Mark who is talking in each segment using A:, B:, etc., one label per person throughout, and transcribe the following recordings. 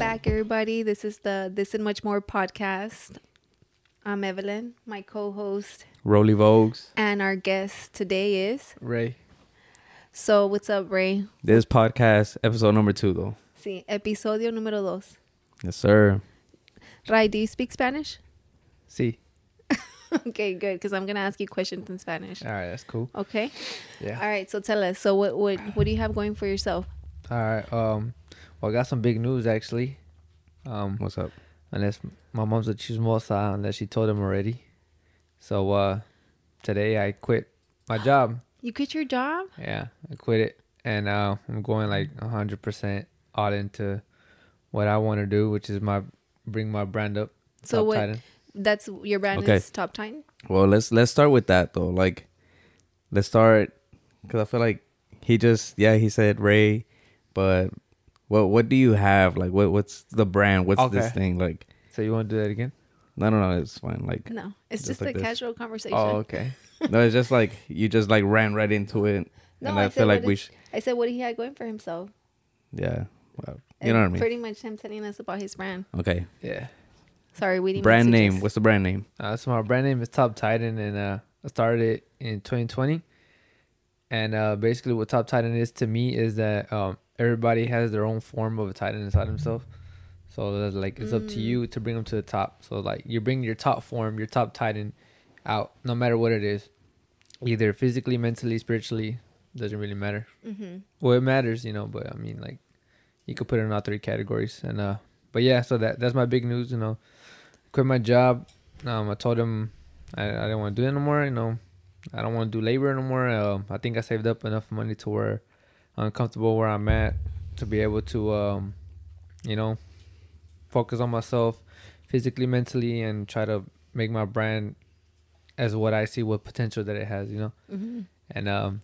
A: everybody. This is the This and Much More podcast. I'm Evelyn, my co host,
B: Roly Vogues.
A: and our guest today is.
B: Ray.
A: So, what's up, Ray?
B: This podcast, episode number two, though.
A: Sí, episodio número dos.
B: Yes, sir.
A: Ray, do you speak Spanish?
C: See.
A: okay, good, because I'm going to ask you questions in Spanish.
C: All right, that's cool.
A: Okay?
C: Yeah.
A: All right, so tell us. So, what, what, what do you have going for yourself?
C: All right. Um, well, I got some big news actually. Um,
B: What's up?
C: unless my mom's a chismosa, unless she told him already. So uh, today I quit my job.
A: You quit your job?
C: Yeah, I quit it, and uh, I'm going like 100% all into what I want to do, which is my bring my brand up.
A: So
C: Top
A: what-
C: Titan.
A: That's your brand
B: Okay.
A: is Top Time?
B: Well, let's let's start with that though. Like, let's start because I feel like he just yeah he said Ray, but what what do you have? Like, what what's the brand? What's this
C: Okay.
B: thing? Like,
C: So you want to do that again?
B: no no no, it's fine. Like,
A: No, it's
B: Just
A: just, a
B: like this.
A: casual conversation.
C: Oh, okay.
B: no, it's just like you just like ran right into it,
A: No,
B: and
A: I
B: I,
A: said
B: feel like
A: what
B: we
A: it-
B: should
A: I said what he had going for himself.
B: yeah. Well, you know what I
A: and
B: mean?
A: Pretty much him telling us about his brand.
B: okay.
C: Yeah.
A: Sorry, we didn't
B: Brand
A: message
B: name.
A: us.
B: What's the brand name?
C: Uh, so my brand name is Top Titan, and uh, I started it in 2020. And uh, basically, what Top Titan is to me is that um, everybody has their own form of a Titan inside themselves. So that's like it's up to you to bring them to the top. So like you bring your top form, your top Titan, out no matter what it is, either physically, mentally, spiritually, doesn't really matter.
A: Mm-hmm.
C: Well, it matters, you know, but I mean like you could put it in all three categories. And uh, but yeah, so that that's my big news. You know, quit my job. Um, I told him I, I didn't want to do it anymore. You know, I don't want to do labor anymore. Um, I think I saved up enough money to where I'm comfortable where I'm at to be able to, um, you know, focus on myself physically, mentally, and try to make my brand as what I see what potential that it has. You know,
A: Mhm.
C: and um,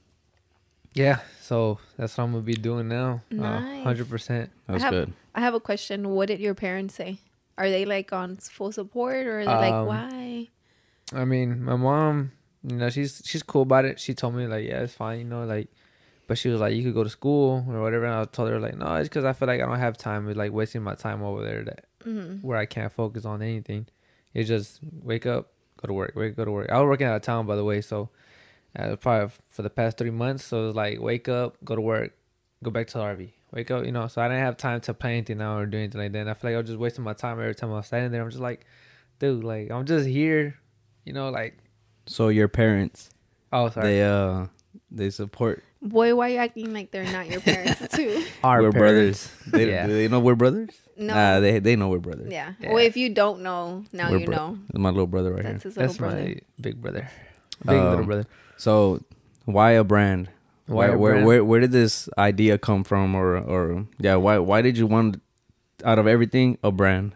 C: yeah. So that's what I'm gonna be doing now. uh,
A: Nice.
C: Hundred percent.
B: That's
A: have-
B: good.
A: I have a question. What did your parents say? Are they like on full support or are they like
C: Um,
A: why?
C: I mean, my mom, you know, she's she's cool about it. She told me like, yeah, it's fine, you know, like, but she was like, you could go to school or whatever. And I told her like, no, it's because I feel like I don't have time. It's like wasting my time over there that
A: Mm-hmm.
C: where I can't focus on anything. It's just wake up, go to work, wake go to work. I was working out of town by the way, so uh, probably for the past three months. So it was like wake up, go to work, go back to the RV. Wake up, you know. So I didn't have time to play anything now or do anything like that. And I feel like I was just wasting my time every time I was standing there. I'm just like, dude, like I'm just here, you know, like
B: So your parents,
C: oh sorry,
B: they uh, they support
A: Boy, why are you acting like they're not your parents too?
C: our
B: we're
C: parents.
B: brothers. They,
C: Yeah.
B: Do they know we're brothers?
A: No.
B: Nah, they they know we're brothers.
A: Yeah.
C: Yeah.
A: Well, if you don't know, now
B: We're
A: you
B: bro-
A: know.
B: That's my little brother right
A: That's
B: here.
A: his little
C: That's
A: brother.
C: my big brother, big little
B: Um,
C: brother.
B: So, why a brand?
C: Why
B: where,
C: a
B: where,
C: brand?
B: where where did this idea come from, or or yeah, why why did you want out of everything a brand?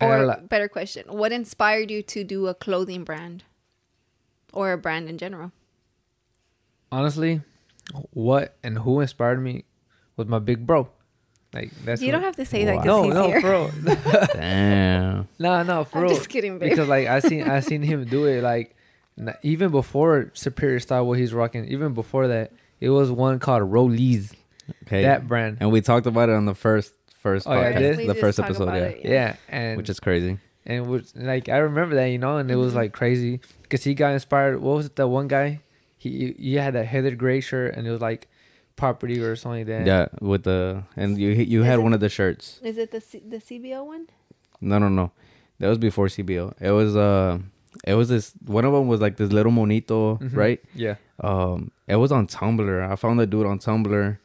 C: I got a
A: Or
C: lot-
A: better question, what inspired you to do a clothing brand or a brand in general?
C: Honestly, what and who inspired me was my big bro. Like that's
A: you
C: who-
A: don't have to say that
B: Wow.
A: 'cause
C: no,
A: he's
C: no,
A: here.
C: bro.
B: Damn.
C: No, no, for
A: I'm
C: real.
A: just kidding, babe.
C: Because like I seen, I seen him do it like n- even before Superior Style, what he's rocking. Even before that, it was one called Rollies,
B: Okay.
C: that brand.
B: and we talked about it on the first first
C: Oh, yeah,
B: podcast,
C: I did?
A: We
B: the
A: just
B: first
A: talk
B: episode,
A: about
B: yeah,
A: it,
C: Yeah, and
B: which is crazy.
C: and which like I remember that you know, and it was
A: Mm-hmm.
C: like crazy because he got inspired. What was it? That one guy, he he had that Heather Gray shirt, and it was like property or something like
B: Yeah.
C: that.
B: with the and you you had
A: Is it-
B: one of the shirts.
A: Is it the C- the CBO one?
B: No, no, no, that was before CBO. It was uh, it was this one of them was like this little monito,
C: Mhm.
B: right?
C: Yeah.
B: um it was on tumblr i found the dude on tumblr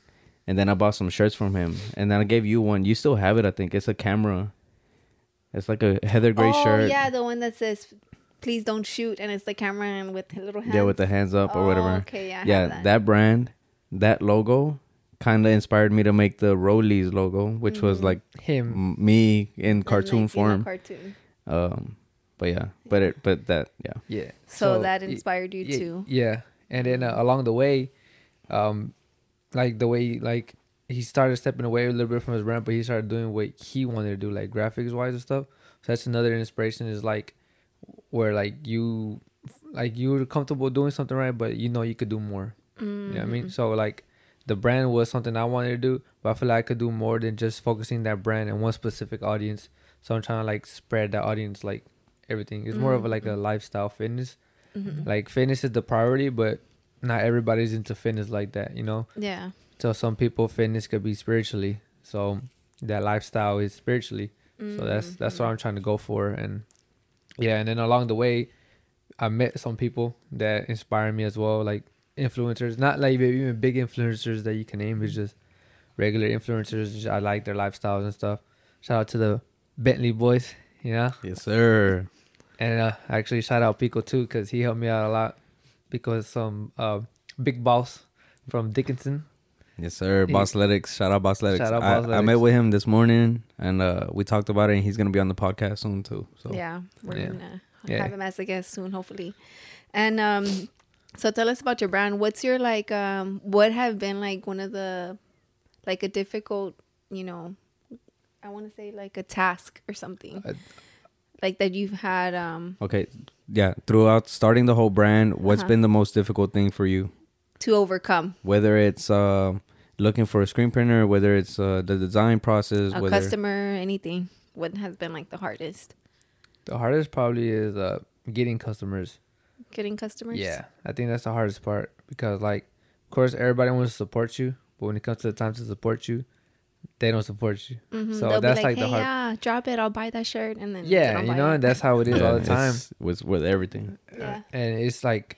B: and then i bought some shirts from him and then i gave you one you still have it i think it's a camera it's like a heather gray
A: oh,
B: shirt
A: yeah, the one that says "Please don't shoot" and it's the camera and with the little hands.
B: yeah with the hands up or
A: Oh,
B: whatever
A: Okay, yeah, I have
B: yeah
A: that.
B: that. brand that logo kind of inspired me to make the rollies logo which was like
C: Him.
B: m- me in
A: The,
B: cartoon
A: Mm-hmm. like, you know,
B: form
A: cartoon.
B: um but yeah but it but that yeah
C: Yeah.
A: So, that
C: y-
A: inspired you
C: Ye-
A: too.
C: Yeah, and then uh, along the way, um, like the way like he started stepping away a little bit from his brand, but he started doing what he wanted to do, like graphics wise and stuff. So that's another inspiration is like where like you
A: Mm,
C: like you were comfortable doing something right, but you know you could do more. You know what I mean? So like the brand was something I wanted to do, but I feel like I could do more than just focusing that brand and one specific audience. So I'm trying to like spread that audience like everything. It's more of a, like a lifestyle fitness.
A: mm-hmm.
C: Like fitness is the priority, but not everybody's into fitness like that, you know.
A: Yeah.
C: So some people fitness could be spiritually. So that lifestyle is spiritually. So that's
A: Mm-hmm.
C: that's what I'm trying to go for, and yeah, and then along the way, I met some people that inspire me as well, like influencers, not like even big influencers that you can name, it's just regular influencers. just I like their lifestyles and stuff. Shout out to the Bentley boys, you know,
B: Yes, sir.
C: and uh, actually shout out Pico too because he helped me out a lot because some uh, big boss from Dickinson.
B: Yes, sir.
C: He-
B: Boss Athletics. Shout out Boss Athletics.
C: Shout out
B: I,
C: Boss
B: I met
C: Athletics.
B: with him this morning and uh, we talked about it and he's gonna be on the podcast soon too. So
A: yeah. We're
C: Yeah.
A: gonna
C: Yeah.
A: have him as a guest soon, hopefully. And um so tell us about your brand. What's your like um what have been like one of the like a difficult, you know, I wanna say like a task or something.
C: Uh,
A: like that you've had um
B: Okay. Yeah. Throughout starting the whole brand, what's
A: Uh-huh.
B: been the most difficult thing for you?
A: to overcome
B: Whether it's uh, looking for a screen printer, whether it's uh, the design process,
A: a
B: whether
A: customer, anything. What has been like the hardest?
C: The hardest probably is uh getting customers.
A: Getting customers?
C: Yeah, I think that's the hardest part because like, of course, everybody wants to support you, but when it comes to the time to support you, they don't support you.
A: Mhm.
C: So
A: They'll
C: that's
A: be
C: like
A: like,
C: the
A: hey,
C: hard-
A: yeah, drop it. I'll buy that shirt, and then they
C: Yeah,
A: don't
C: you
A: buy
C: know,
A: it.
C: and that's how it is all the time.
B: it's- With with everything.
A: yeah,
C: And it's like,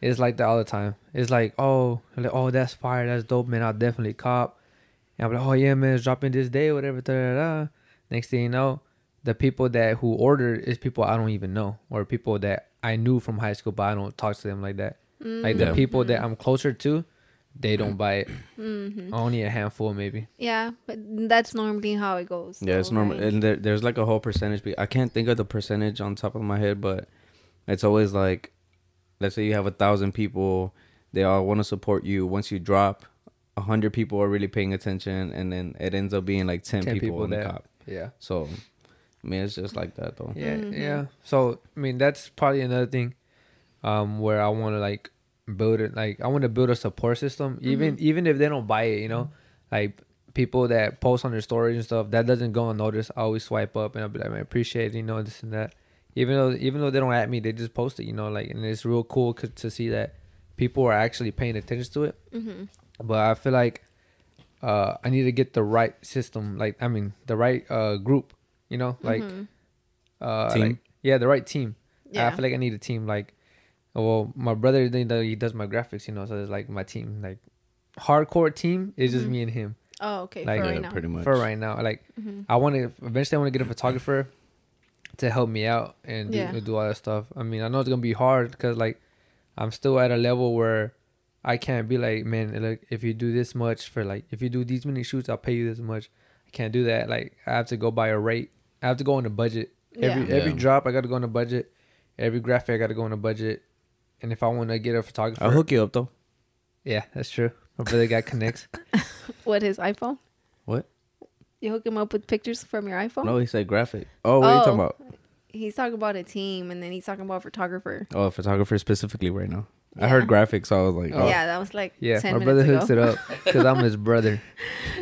C: it's like that all the time. It's like, oh, like, oh, that's fire, that's dope, man. I'll definitely cop. And I'm like, oh yeah, man, it's dropping this day, whatever. Da, da, da. Next thing you know, the people that who ordered is people I don't even know, or people that I knew from high school, but I don't talk to them like that. Like the
B: Yeah.
C: people that I'm closer to, they don't buy it. Only a handful, maybe.
A: yeah. But that's normally how it goes.
B: Yeah, it's
A: though,
B: normal.
A: right?
B: And there, there's like a whole percentage. be- I can't think of the percentage on top of my head, but it's always like, let's say you have a thousand people, they all want to support you. Once you drop, a hundred people are really paying attention, and then it ends up being like ten,
C: 10
B: people,
C: people
B: in the
C: that-
B: cop.
C: Yeah.
B: So, I mean, it's just like that though.
C: Yeah, yeah. So I mean, that's probably another thing, um, where I want to like build it. Like I want to build a support system, even even if they don't buy it. You know, like people that post on their stories and stuff that doesn't go unnoticed. I always swipe up and I'll be like, man, appreciate it, you know this and that. Even though even though they don't at me, they just post it. You know, like and it's real cool 'cause- to see that people are actually paying attention to it.
A: Mm-hmm,
C: But I feel like uh, I need to get the right system. Like I mean, the right uh, group. You know, like
A: Mm-hmm.
C: uh,
B: Team?
C: like yeah, the right team. I
A: Yeah.
C: feel like I need a team. Like, well, my brother you know, he does my graphics, you know, so it's like my team, like hardcore team is just me and him
A: oh, okay.
C: Like, uh,
A: for
B: Yeah,
A: right now.
B: pretty much.
C: for right now. Like, I want to eventually I want to get a photographer to help me out and do,
A: Yeah.
C: do all that stuff. I mean, I know it's gonna be hard because like I'm still at a level where I can't be like, man, like if you do this much for like if you do these many shoots, I'll pay you this much. I can't do that. Like I have to go by a rate. I have to go on a budget. Every
B: Yeah.
C: every
B: Yeah.
C: drop, I got to go on a budget. Every graphic, I got to go on a budget. And if I want to get a photographer,
B: I'll hook you up though.
C: yeah, that's true. My brother got connects.
A: What his iPhone?
B: What?
A: You hook him up with pictures from your iPhone.
B: No, he said graphic. Oh, what are you
A: Oh.
B: talking about?
A: He's talking about a team, and then he's talking about photographer.
B: Oh, photographer specifically right now. I
A: Yeah.
B: heard graphics, so I was like, oh,
A: Yeah, that was like
C: Yeah,
A: ten
C: my brother
A: minutes
C: hooks
A: ago.
C: it up because I'm his brother.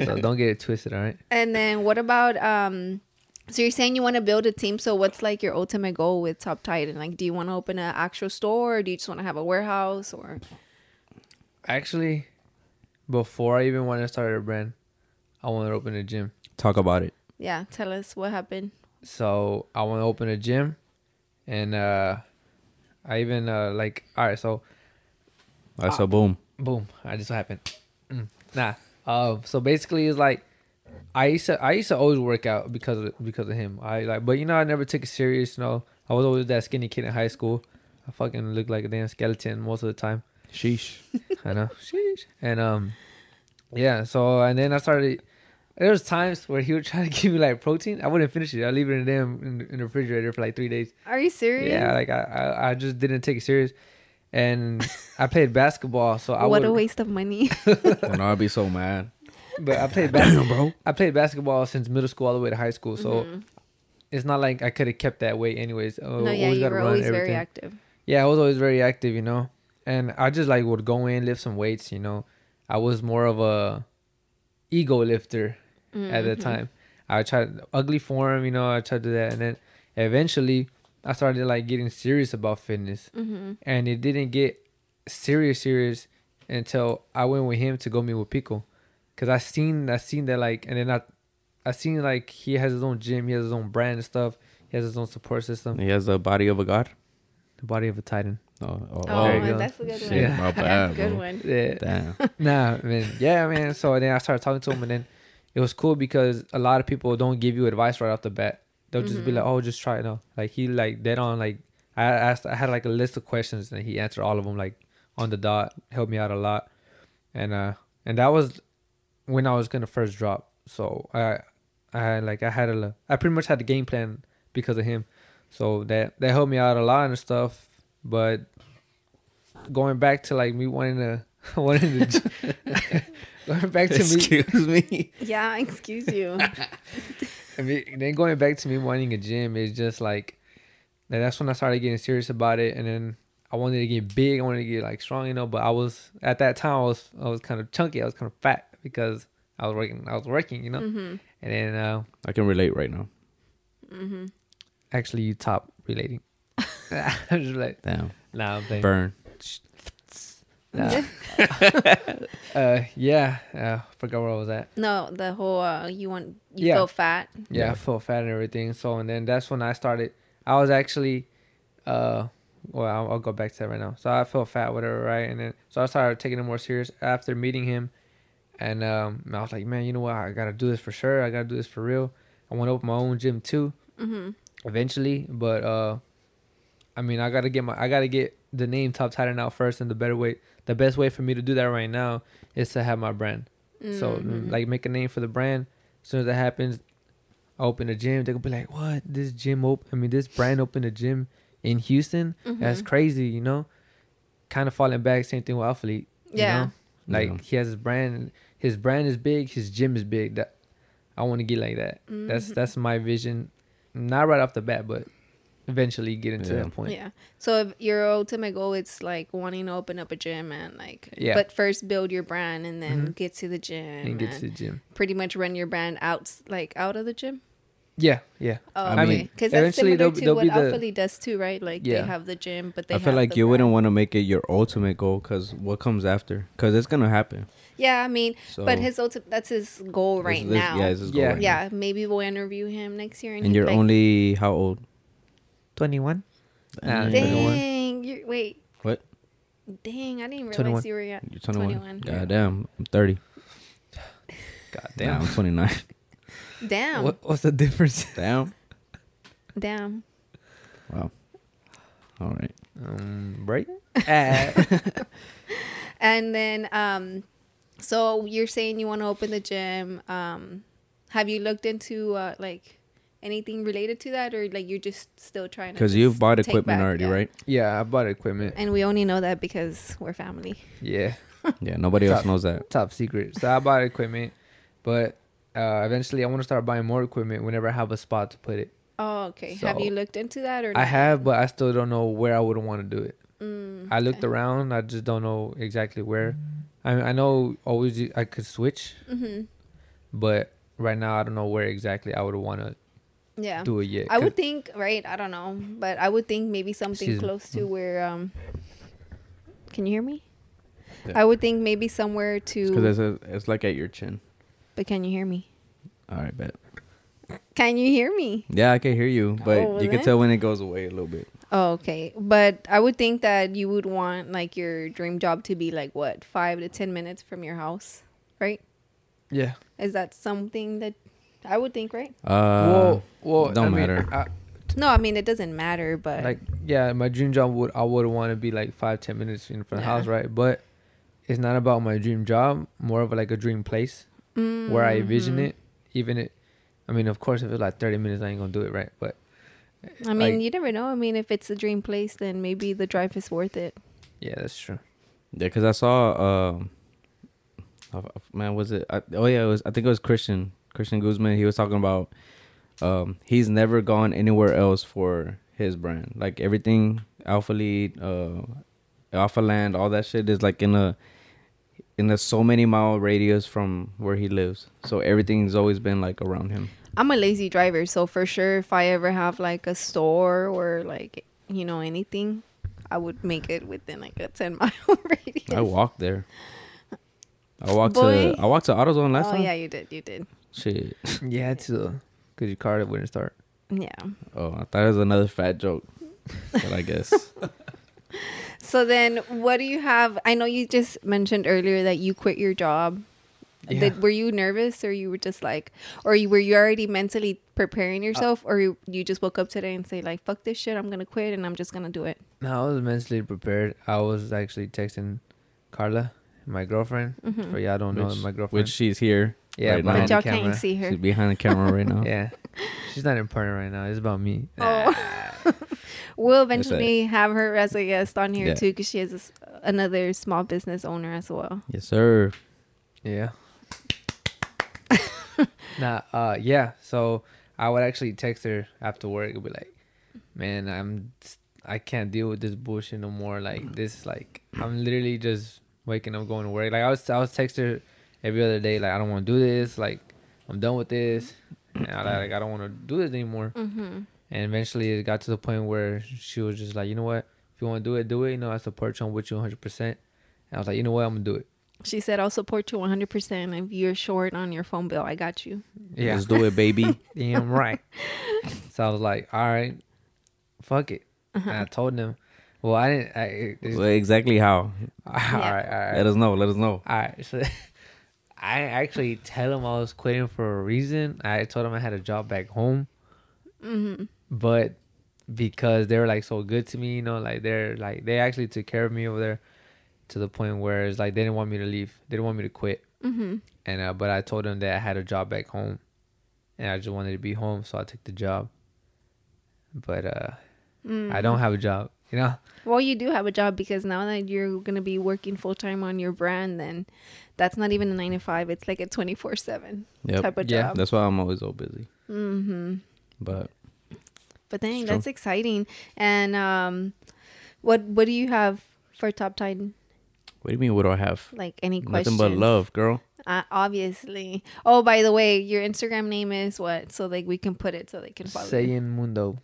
C: So don't get it twisted, all right?
A: And then what about um? So you're saying you want to build a team. So what's like your ultimate goal with Top Titan? Like, do you want to open an actual store, or do you just want to have a warehouse, or
C: Actually, before I even wanted to start a brand, I wanted to open a gym.
B: talk about it.
A: yeah? Tell us what happened.
C: So I want to open a gym, and uh, I even uh, like all right. So
B: I
A: Ah.
B: said, boom.
C: boom, I just happened. Mm, Nah. Um. So basically, it's like I used to I used to always work out because of because of him. I like, but you know, I never took it serious. You know, I was always that skinny kid in high school. I fucking looked like a damn skeleton most of the time.
B: Sheesh.
C: I know. And um, yeah. So and then I started. There was times where he would try to give me like protein. I wouldn't finish it. I would leave it in the damn in, in the refrigerator for like three days.
A: Are you serious?
C: Yeah, like I, I I just didn't take it serious. And I played basketball, so I
A: what
C: would.
A: a waste of money.
B: and I'd be so mad.
C: But I played basketball, bro. I played basketball since middle school all the way to high school, so it's not like I could have kept that weight anyways. Oh,
A: Mm-hmm. no, yeah,
C: always
A: you
C: gotta
A: were
C: run,
A: always very
C: everything.
A: active.
C: Yeah, I was always very active, you know. And I just like would go in, lift some weights, you know. I was more of a ego lifter at that time. I tried ugly form, you know, I tried to do that, and then eventually I started like getting serious about fitness, and it didn't get serious serious until I went with him to go meet with Pico, cause I seen I seen that like, and then I I seen like he has his own gym, he has his own brand and stuff, he has his own support system,
B: He has the body of a god.
C: the body of a titan.
B: Oh,
A: Oh,
C: there you go.
A: that's a good one.
D: Shit,
C: Yeah.
D: my
A: That's
D: bad,
A: a good
D: bro.
A: one.
C: Yeah,
B: damn.
C: nah, man. Yeah, man. So then I started talking to him, and then it was cool because a lot of people don't give you advice right off the bat. They'll just be like, "Oh, just try it out." Like he like dead on. Like I asked, I had like a list of questions, and he answered all of them like on the dot. Helped me out a lot, and uh, and that was when I was gonna first drop. So I, I like I had a, l- I pretty much had the game plan because of him. So that that helped me out a lot and stuff. But going back to like me wanting to wanting to going back to me
B: Excuse me.
A: Yeah, excuse you.
C: I mean, then going back to me wanting a gym is just like and that's when I started getting serious about it, and then I wanted to get big, I wanted to get like strong, you know. But I was at that time, I was I was kind of chunky, I was kind of fat because I was working, I was working, you
A: Mm.
C: know.
A: Mm-hmm.
C: And then uh,
B: I can relate right now.
A: Mm-hmm.
C: actually, you top relating. I was just like,
B: Damn.
C: nah, I'm playing.
B: Burn.
C: Nah. uh, yeah, uh, forgot where I was at.
A: no, the whole uh, you want you
C: Yeah.
A: feel fat.
C: yeah,
B: Yeah.
C: I felt fat and everything. So and then that's when I started. I was actually, uh, well, I'll, I'll go back to that right now. So I felt fat, whatever, right? And then so I started taking it more serious after meeting him, and um, I was like, man, you know what? I gotta do this for sure. I gotta do this for real. I want to open my own gym too,
A: Mm-hmm.
C: eventually. But uh, I mean, I gotta get my, I gotta get the name Top Titan out first, and the better way, the best way for me to do that right now is to have my brand. So
A: Mm-hmm.
C: mm, like, make a name for the brand. As soon as that happens, I open a gym, they're gonna be like, "What? This gym open? I mean, this brand opened a gym in Houston?
A: Mm-hmm.
C: That's crazy, you know." Kind of falling back. Same thing with Athlete.
A: Yeah.
C: You know? Like
B: Yeah.
C: he has his brand. His brand is big. His gym is big. That I want to get like that.
A: Mm-hmm.
C: That's that's my vision. Not right off the bat, but eventually getting to
B: Yeah.
C: that point.
A: Yeah. So if your ultimate goal it's like wanting to open up a gym and like
C: Yeah. Mm-hmm.
A: but first build your brand and then get to the gym
C: And
A: and,
C: get to the gym.
A: pretty much run your brand out like out of the gym.
C: Yeah, yeah.
A: Oh,
B: I mean,
A: because that's
C: eventually
A: similar
C: they'll-
A: to
C: they'll
A: what
C: be the-
A: Alphalete does too, right? Like
C: Yeah.
A: they have the gym, but they
B: I feel
A: have
B: like
A: the
B: you
A: brand.
B: wouldn't want to make it your ultimate goal because what comes after? Because it's gonna happen.
A: Yeah, I mean,
B: So
A: but his ultimate that's his goal
B: it's-
A: right
B: it's-
A: now.
B: Yeah, it's his goal
C: Yeah.
B: right now.
A: yeah, maybe we'll interview him next year. And,
B: And
A: he'd
B: you're
A: like,
B: only how old?
C: Twenty one. Nah,
A: Uh,
B: Dang.
C: twenty one.
A: dang. You're, wait,
B: What?
A: dang! I didn't realize
C: 21.
A: you were at
B: You're 21.
A: 21.
B: God damn, I'm 30. God damn, I'm 29.
A: Damn,
C: What, what's the difference?
B: damn.
A: damn.
B: Wow. All right.
C: Um, right. Ah.
A: And then, um, so you're saying you want to open the gym. Um, have you looked into uh, like anything related to that, or like you're just still trying? to
B: Because
A: just
B: you've bought
A: take
B: equipment
A: back-
B: already,
A: yeah.
B: right?
C: yeah, I bought equipment.
A: And we only know that because we're family.
C: Yeah.
B: Yeah. Nobody else
C: Tough.
B: knows that.
C: top secret. So I bought equipment, but uh, eventually I want to start buying more equipment whenever I have a spot to put it.
A: Oh, okay. have
C: So-
A: you looked into that, or
C: I
A: not?
C: have, but I still don't know where I would want to do it.
A: Mm,
C: I looked
A: okay.
C: around, I just don't know exactly where. I I know always you- I could switch,
A: Mhm.
C: but right now I don't know where exactly I would want to
A: Yeah.
C: do it yet.
A: I would
C: 'Cause-
A: think, right? I don't know, but I would think maybe something
C: Excuse me. Mm.
A: close to where. Um, can you hear me?
B: Yeah.
A: I would think maybe somewhere
B: Because
A: to.
B: it's, a- it's like at your chin.
A: But can you hear me?
B: All right, bet.
A: Can you hear me?
B: Yeah, I can hear you, but
A: Oh,
B: you can
A: then.
B: tell when it goes away a little bit.
A: Oh, okay. But I would think that you would want like your dream job to be like what five to ten minutes from your house, right?
C: Yeah.
A: Is that something that I would think, right?
B: Uh,
C: well,
B: don't
C: mean,
B: matter.
C: I-
A: No, I mean it doesn't matter, but
C: like yeah my dream job would i would want to be like five ten minutes in front of the
A: Yeah.
C: house right but it's not about my dream job more of like a dream place where i envision it even it i mean of course if it's like 30 minutes i ain't gonna do it right but
A: I mean
C: like-
A: you never know. I mean if it's a dream place, then maybe the drive is worth it.
C: yeah that's true
B: Yeah, because I saw, um, uh, man, was it? I, oh yeah, it was. I think it was Christian Christian Guzman. He was talking about um, he's never gone anywhere else for his brand. Like everything, Alpha Lead, uh, Alpha Land, all that shit is like in a. in the so many mile radius from where he lives. So everything's always been like around him.
A: I'm a lazy driver, so for sure, if I ever have like a store or like you know anything, I would make it within like a ten mile radius.
B: I
C: Oh,
B: walked there. I walked
A: Boy.
B: to I walked to AutoZone last
A: oh
B: time.
A: yeah, you did. You did.
B: Shit.
C: You had to, cause your car wouldn't start.
A: Yeah.
B: Oh, I thought it was another fat joke. But I guess
A: So then, what do you have? I know you just mentioned earlier that you quit your job.
C: Yeah.
A: Did, were you nervous, or you were just like, or you, were you already mentally
C: Uh,
A: preparing yourself, or you, you just woke up today and say like, "Fuck this shit, I'm gonna quit and I'm just gonna do it."
C: No, I was mentally prepared. I was actually texting Carla, my girlfriend. For y'all don't know,
B: Which-
C: my girlfriend.
B: which she's here.
C: yeah,
A: But
B: right
C: behind
B: now.
C: the
A: y'all
C: camera.
A: can't see her.
B: She's behind the camera right now.
C: Yeah, she's not important right now. It's about me.
A: Oh. we'll
B: That's right.
A: eventually have her as a guest on here
B: Yeah.
A: too, because she is a s another small business owner as well.
B: Yes, sir.
C: Yeah. nah, uh, yeah. So I would actually text her after work and be like, "Man, I'm, I can't deal with this bullshit no more. Like this, like I'm literally just waking up going to work. Like I was, I was text her every other day. Like I don't want to do this. Like I'm done with this. And I, like I don't want to do this anymore.
A: Mm-hmm.
C: And eventually it got to the point where she was just like, you know what? If you want to do it, do it. You know, I support you. I'm with you 100. percent And I was like, you know what? I'm gonna do it.
A: She said, "I'll support you 100 percent if you're short on your phone bill. I got you."
C: Yeah.
B: Let's do it, baby.
C: Damn right. so I was like, all right, fuck it. And I told them, well, I didn't. I, it- it's-
B: well, exactly how?
C: all right, all right,
B: Let us know. Let us know.
C: all right. So I actually tell them I was quitting for a reason. I told them I had a job back home, but because they were like so good to me, you know, like they're like they actually took care of me over there to the point where it's like they didn't want me to leave. They didn't want me to quit.
A: Mm-hmm.
C: And uh, but I told them that I had a job back home, and I just wanted to be home, so I took the job. But uh, I don't have a job, you know.
A: Well, you do have a job because now that you're gonna be working full time on your brand, then that's not even a nine to five. It's like a 24 seven
B: Yep.
A: type of
C: Yeah.
A: job.
B: That's why I'm always so busy. Mm-hmm. But
A: But dang,
B: It's
A: that's exciting. And um, what what do you have for Top Titan?
B: what do you mean? What do I have?
A: Like any
B: Nothing
A: questions?
B: but love, girl.
A: Uh, obviously. Oh, by the way, your Instagram name is what? So like we can put it so they can follow. you.
C: Saying Mundo.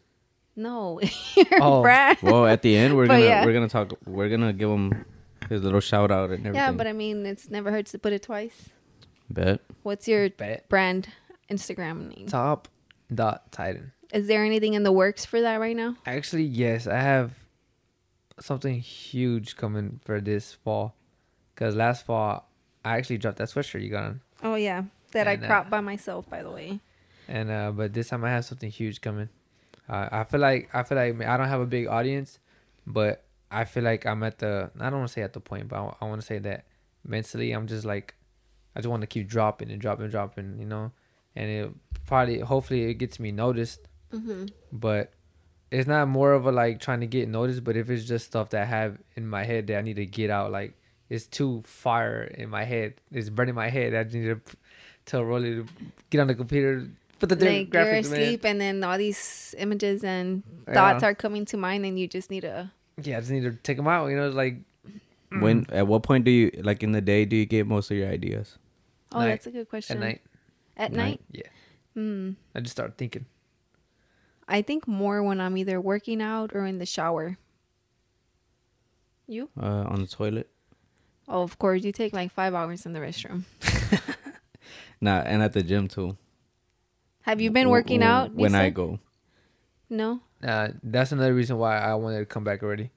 A: No, your
C: Oh.
A: brand.
B: Well, at the end, we're
A: But
B: gonna
A: yeah.
B: we're gonna talk. We're gonna give him his little shout out and everything.
A: Yeah, but I mean, it's never hurts to put it twice.
B: bet.
A: What's your
C: Bet.
A: brand Instagram name?
C: Top dot Titan.
A: Is there anything in the works for that right now?
C: Actually, yes, I have something huge coming for this fall. Cause last fall I actually dropped that sweatshirt you got on,
A: Oh yeah, that I
C: And, uh,
A: cropped by myself, by the way.
C: and uh, but this time I have something huge coming. Uh, I feel like I feel like I don't have a big audience, but I feel like I'm at the I don't want to say at the point, but I, want to say that mentally I'm just like I just want to keep dropping and dropping and dropping, you know, and it probably hopefully it gets me noticed.
A: Mm-hmm.
C: but it's not more of a like trying to get noticed but if it's just stuff that i have in my head that i need to get out like it's too fire in my head it's burning my head i need to p- tell rolly to get on the computer put the damn
A: Like you're
C: graphics man.
A: asleep, and then all these images and thoughts
C: Yeah.
A: are coming to mind, and you just need to.
C: yeah i just need to take them out you know it's like
B: When
A: Mm.
B: at what point do you like in the day do you get most of your ideas?
A: Oh,
C: Night.
A: that's a good question.
C: at night
A: At night?
B: Night.
C: yeah
A: Hmm.
C: i just start thinking
A: I think more when I'm either working out or in the shower. You?
B: Uh, on the toilet.
A: Oh, of course. You take like five hours in the restroom.
B: Nah, and at the gym too.
A: Have you been
B: W-
A: working
B: w-
A: out? you
B: When I
A: said?
B: go,
A: No.
C: uh, that's another reason why i wanted to come back already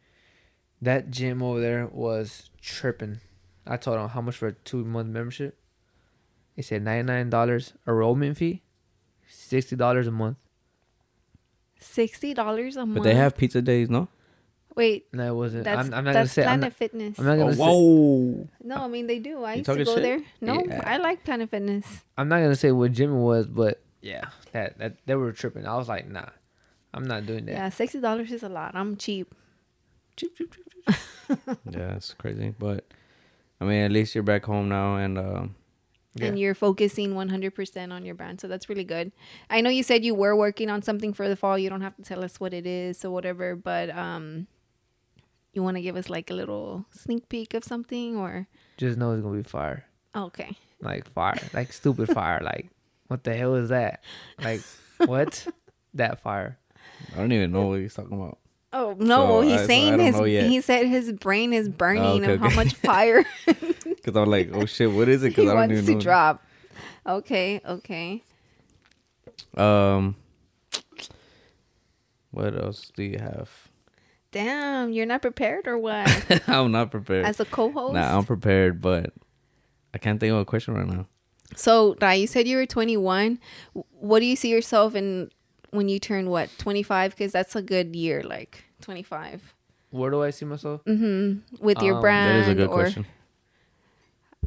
C: that gym over there was tripping i told him how much for a two month membership he said $99 enrollment fee $60 a month
A: Sixty dollars a month.
B: but they have pizza days, no?
A: Wait,
C: No, it wasn't.
A: that's
C: I'm, I'm not gonna
A: that's
C: say. I'm
A: Planet
C: not,
A: Fitness.
C: I'm not
B: Oh,
C: gonna. say,
B: whoa!
A: no, I mean they do. I
B: You
A: used to
B: talking
A: go
B: shit?
A: there. No,
B: Yeah.
A: I like Planet Fitness.
C: I'm not gonna say what gym it was, but yeah, that that they were tripping. I was like, nah, I'm not doing that.
A: Yeah, sixty dollars is a lot. I'm cheap.
C: Cheep, cheep, cheep.
B: Yeah, it's crazy. But I mean, at least you're back home now, and um,
C: Yeah.
A: And you're focusing 100% on your brand. So that's really good. I know you said you were working on something for the fall. You don't have to tell us what it is or whatever, but um you want to give us like a little sneak peek of something or
C: Just know it's gonna be fire,
A: okay
C: like fire, like stupid fire. Like what the hell is that? Like what? that fire.
B: I don't even know what he's talking about.
A: oh no
B: So, I-
A: he's
B: so I
A: saying
B: don't
A: his
B: know yet. Oh,
A: he said his brain is burning
B: okay,
A: of how
B: okay.
A: much fire
B: Because I'm like, oh shit, what is
A: he
B: it? Because I don't
A: wants
B: even
A: to
B: know.
A: drop okay okay
B: Um, what else do you have?
A: damn you're not prepared or what
B: I'm not prepared.
A: as a co-host
B: Nah, I'm prepared, but I can't think of a question right now.
A: so Rai, you said you were 21 W- what do you see yourself in when you turn what 25 because that's a good year like 25
C: Where do I see myself?
A: with your
C: Um,
A: brand
B: that is a good
A: or
B: question.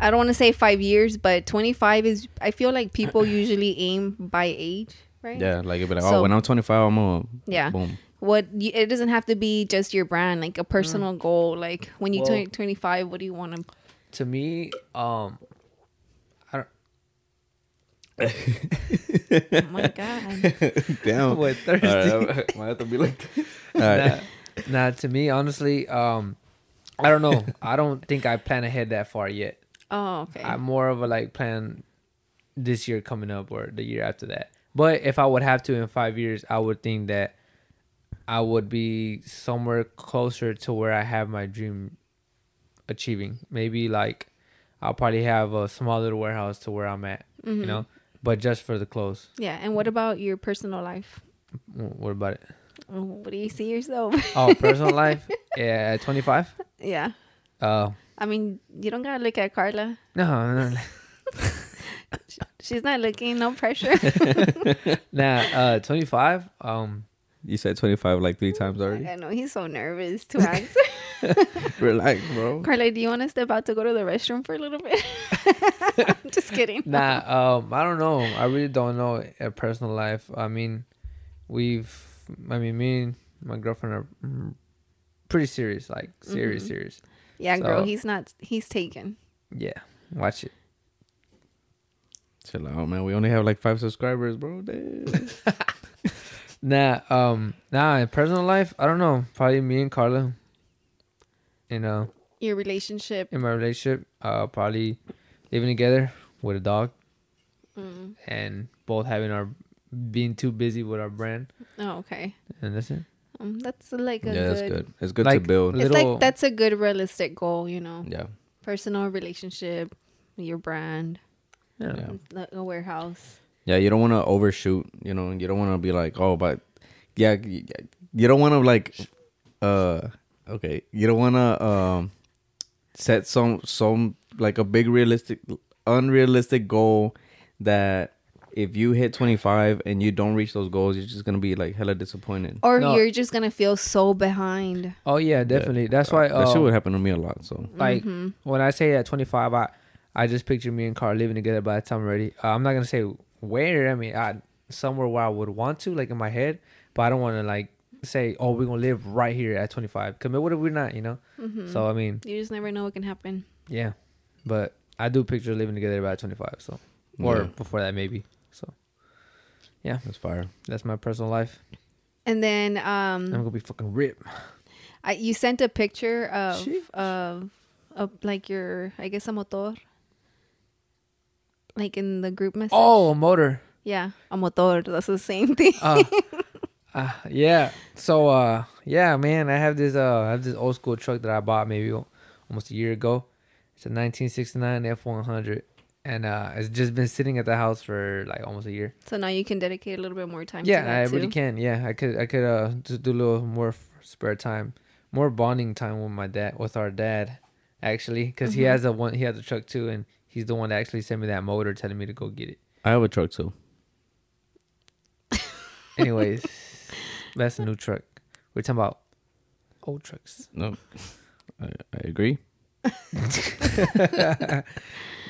A: I don't want to say five years, but 25 is, I feel like people usually aim by age, right?
B: Yeah, like it'd be like,
A: So-
B: oh, when I'm 25, I'm gonna
A: Yeah.
B: boom.
A: What you, it doesn't have to be just your brand, like
B: Mm.
A: a personal goal. Like when you
C: Well-
A: turn 25, what do you want to?
C: To me, um, I don't.
A: Oh my god!
B: Damn,
C: Wait, thirsty.
B: All right, I might have to be like, all right,
C: Nah, to me, honestly, um, I don't know. I don't think I plan ahead that far yet.
A: Oh, okay.
C: I'm more of a like plan this year coming up or the year after that. But if I would have to in five years, I would think that I would be somewhere closer to where I have my dream achieving. Maybe like I'll probably have a small little warehouse to where I'm at, you know. But just for the clothes.
A: yeah. And what about your personal life? Mm,
C: Wh- What about it?
A: What do you see yourself?
C: Oh, personal life. Yeah, at 25.
A: yeah.
C: Uh,
A: I mean, you don't gotta look at Carla.
C: no, no, no.
A: She's not looking. No pressure.
C: Nah, uh, 25. Um,
B: you said 25 like three times already.
A: I know he's so nervous to answer.
B: Relax, bro.
A: Carla, do you want to step out to go to the restroom for a little bit? I'm just kidding.
C: nah, um, I don't know. I really don't know a personal life. I mean, we've, I mean, me and my girlfriend are mm, pretty serious, like serious, serious.
A: Yeah, girl,
C: So-
A: he's not. He's taken.
C: Yeah, watch it.
B: Chill out, man. We only have like five subscribers, bro. Damn.
C: Nah, um, nah, in personal life, I don't know. Probably me and Carla. You know,
A: Your relationship.
C: in my relationship, uh, probably living together with a dog
A: Mm.
C: and both having our being too busy with our brand,
A: Oh, okay.
C: and that's it.
A: Um, that's like a
B: yeah, that's
A: good.
B: good. It's good
C: Like-
B: to build.
A: It's
C: Little-
A: like that's a good realistic goal, you know.
B: Yeah,
A: Personal relationship, your brand,
B: yeah.
A: the- a warehouse.
B: Yeah, you don't want to overshoot. You know, you don't want to be like, oh, but yeah, y- y- you don't want to like, uh, okay, you don't want to um set some some like a big realistic unrealistic goal that if you hit 25 and you don't reach those goals, you're just gonna be like hella disappointed.
A: Or
C: No.
A: you're just gonna feel so behind.
C: Oh yeah, definitely. That's why. Uh,
B: that shit would happen to me a lot. So
C: like when I say at 25, I I just picture me and Carl living together by the time I'm ready. Uh, I'm not gonna say where. I mean, I, somewhere where I would want to, like in my head, but I don't want to like say, oh, we're gonna live right here at 25. Cause what if we're not, you know? So I mean,
A: You just never know what can happen.
C: yeah. But I do picture living together by 25. So or
B: Yeah.
C: before that maybe. So
B: that's fire.
C: that's my personal life.
A: And then
C: I'm
A: um,
C: gonna be fucking ripped.
A: I, you sent a picture of
C: Sheesh.
A: of of like your I guess a motor. Like in the group message.
C: Oh, a motor.
A: Yeah, a motor. That's the same thing.
C: uh, uh, yeah. So uh, yeah, man, I have this uh, I have this old school truck that I bought maybe al- almost a year ago. It's a 1969 F100, and uh, it's just been sitting at the house for like almost a year.
A: So now you can dedicate a little bit more time. to
C: yeah,
A: that
C: I
A: too.
C: really can. Yeah, I could I could uh just do a little more f- spare time, more bonding time with my dad, with our dad, actually, because he
A: Mm-hmm.
C: has a one he has a truck too, and he's the one that actually sent me that motor, telling me to go get it.
B: I have a truck too.
C: Anyways, that's a new truck. We're talking about old trucks.
B: No, I, I agree.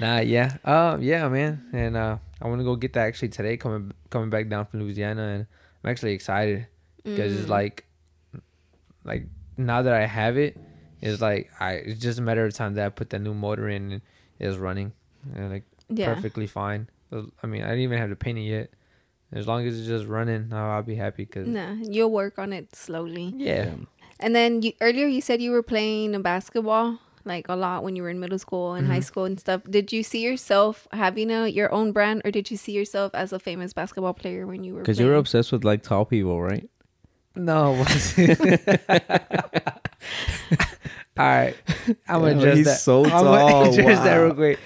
C: Nah, yeah, uh, yeah, man, and uh, I want to go get that actually today. Coming coming back down from Louisiana, and I'm actually excited because
A: Mm.
C: it's like, like now that I have it, it's like I it's just a matter of time that I put that new motor in and it's running and like
A: Yeah.
C: perfectly fine. I mean, I didn't even have to paint it yet. As long as it's just running, I'll, I'll be happy because
A: Nah, you'll work on it slowly.
C: yeah,
B: Damn.
A: And then you, earlier you said you were playing basketball like a lot when you were in middle school and high
C: Mm-hmm.
A: school and stuff. Did you see yourself having a your own brand, or did you see yourself as a famous basketball player when you were?
B: Because you were
A: playing?
B: obsessed with like tall people, right?
C: No, it wasn't. All right, I'm gonna
B: Damn,
C: address
B: he's
C: that.
B: so
C: I'm
B: tall,
C: Gonna address that
B: wow.
C: real quick.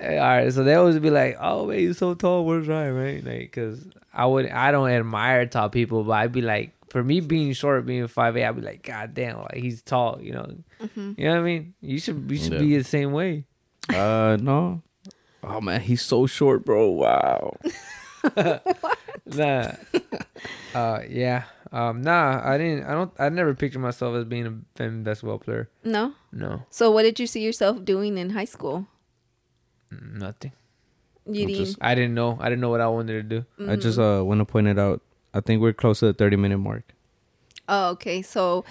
C: Uh, All right, so they always be like, "Oh, man, you're so tall. Where's right, right?" Like, cause I would, I don't admire tall people, but I'd be like, for me being short, being five eight, I'd be like, "God damn, like he's tall." You know, you know what I mean? You should, you should
B: Yeah.
C: be the same way.
B: Uh, no. Oh man, he's so short, bro. Wow.
C: Nah. uh, yeah. Um, nah, I didn't. I don't. I never pictured myself as being a femme basketball player.
A: No.
C: No,
A: So what did you see yourself doing in high school?
C: mm, nothing.
A: You
B: I'm
A: didn't.
B: just-
C: I didn't know. I didn't know what I wanted to do.
B: I just uh want to point it out. I think we're close to the thirty minute mark.
A: Oh, okay. So,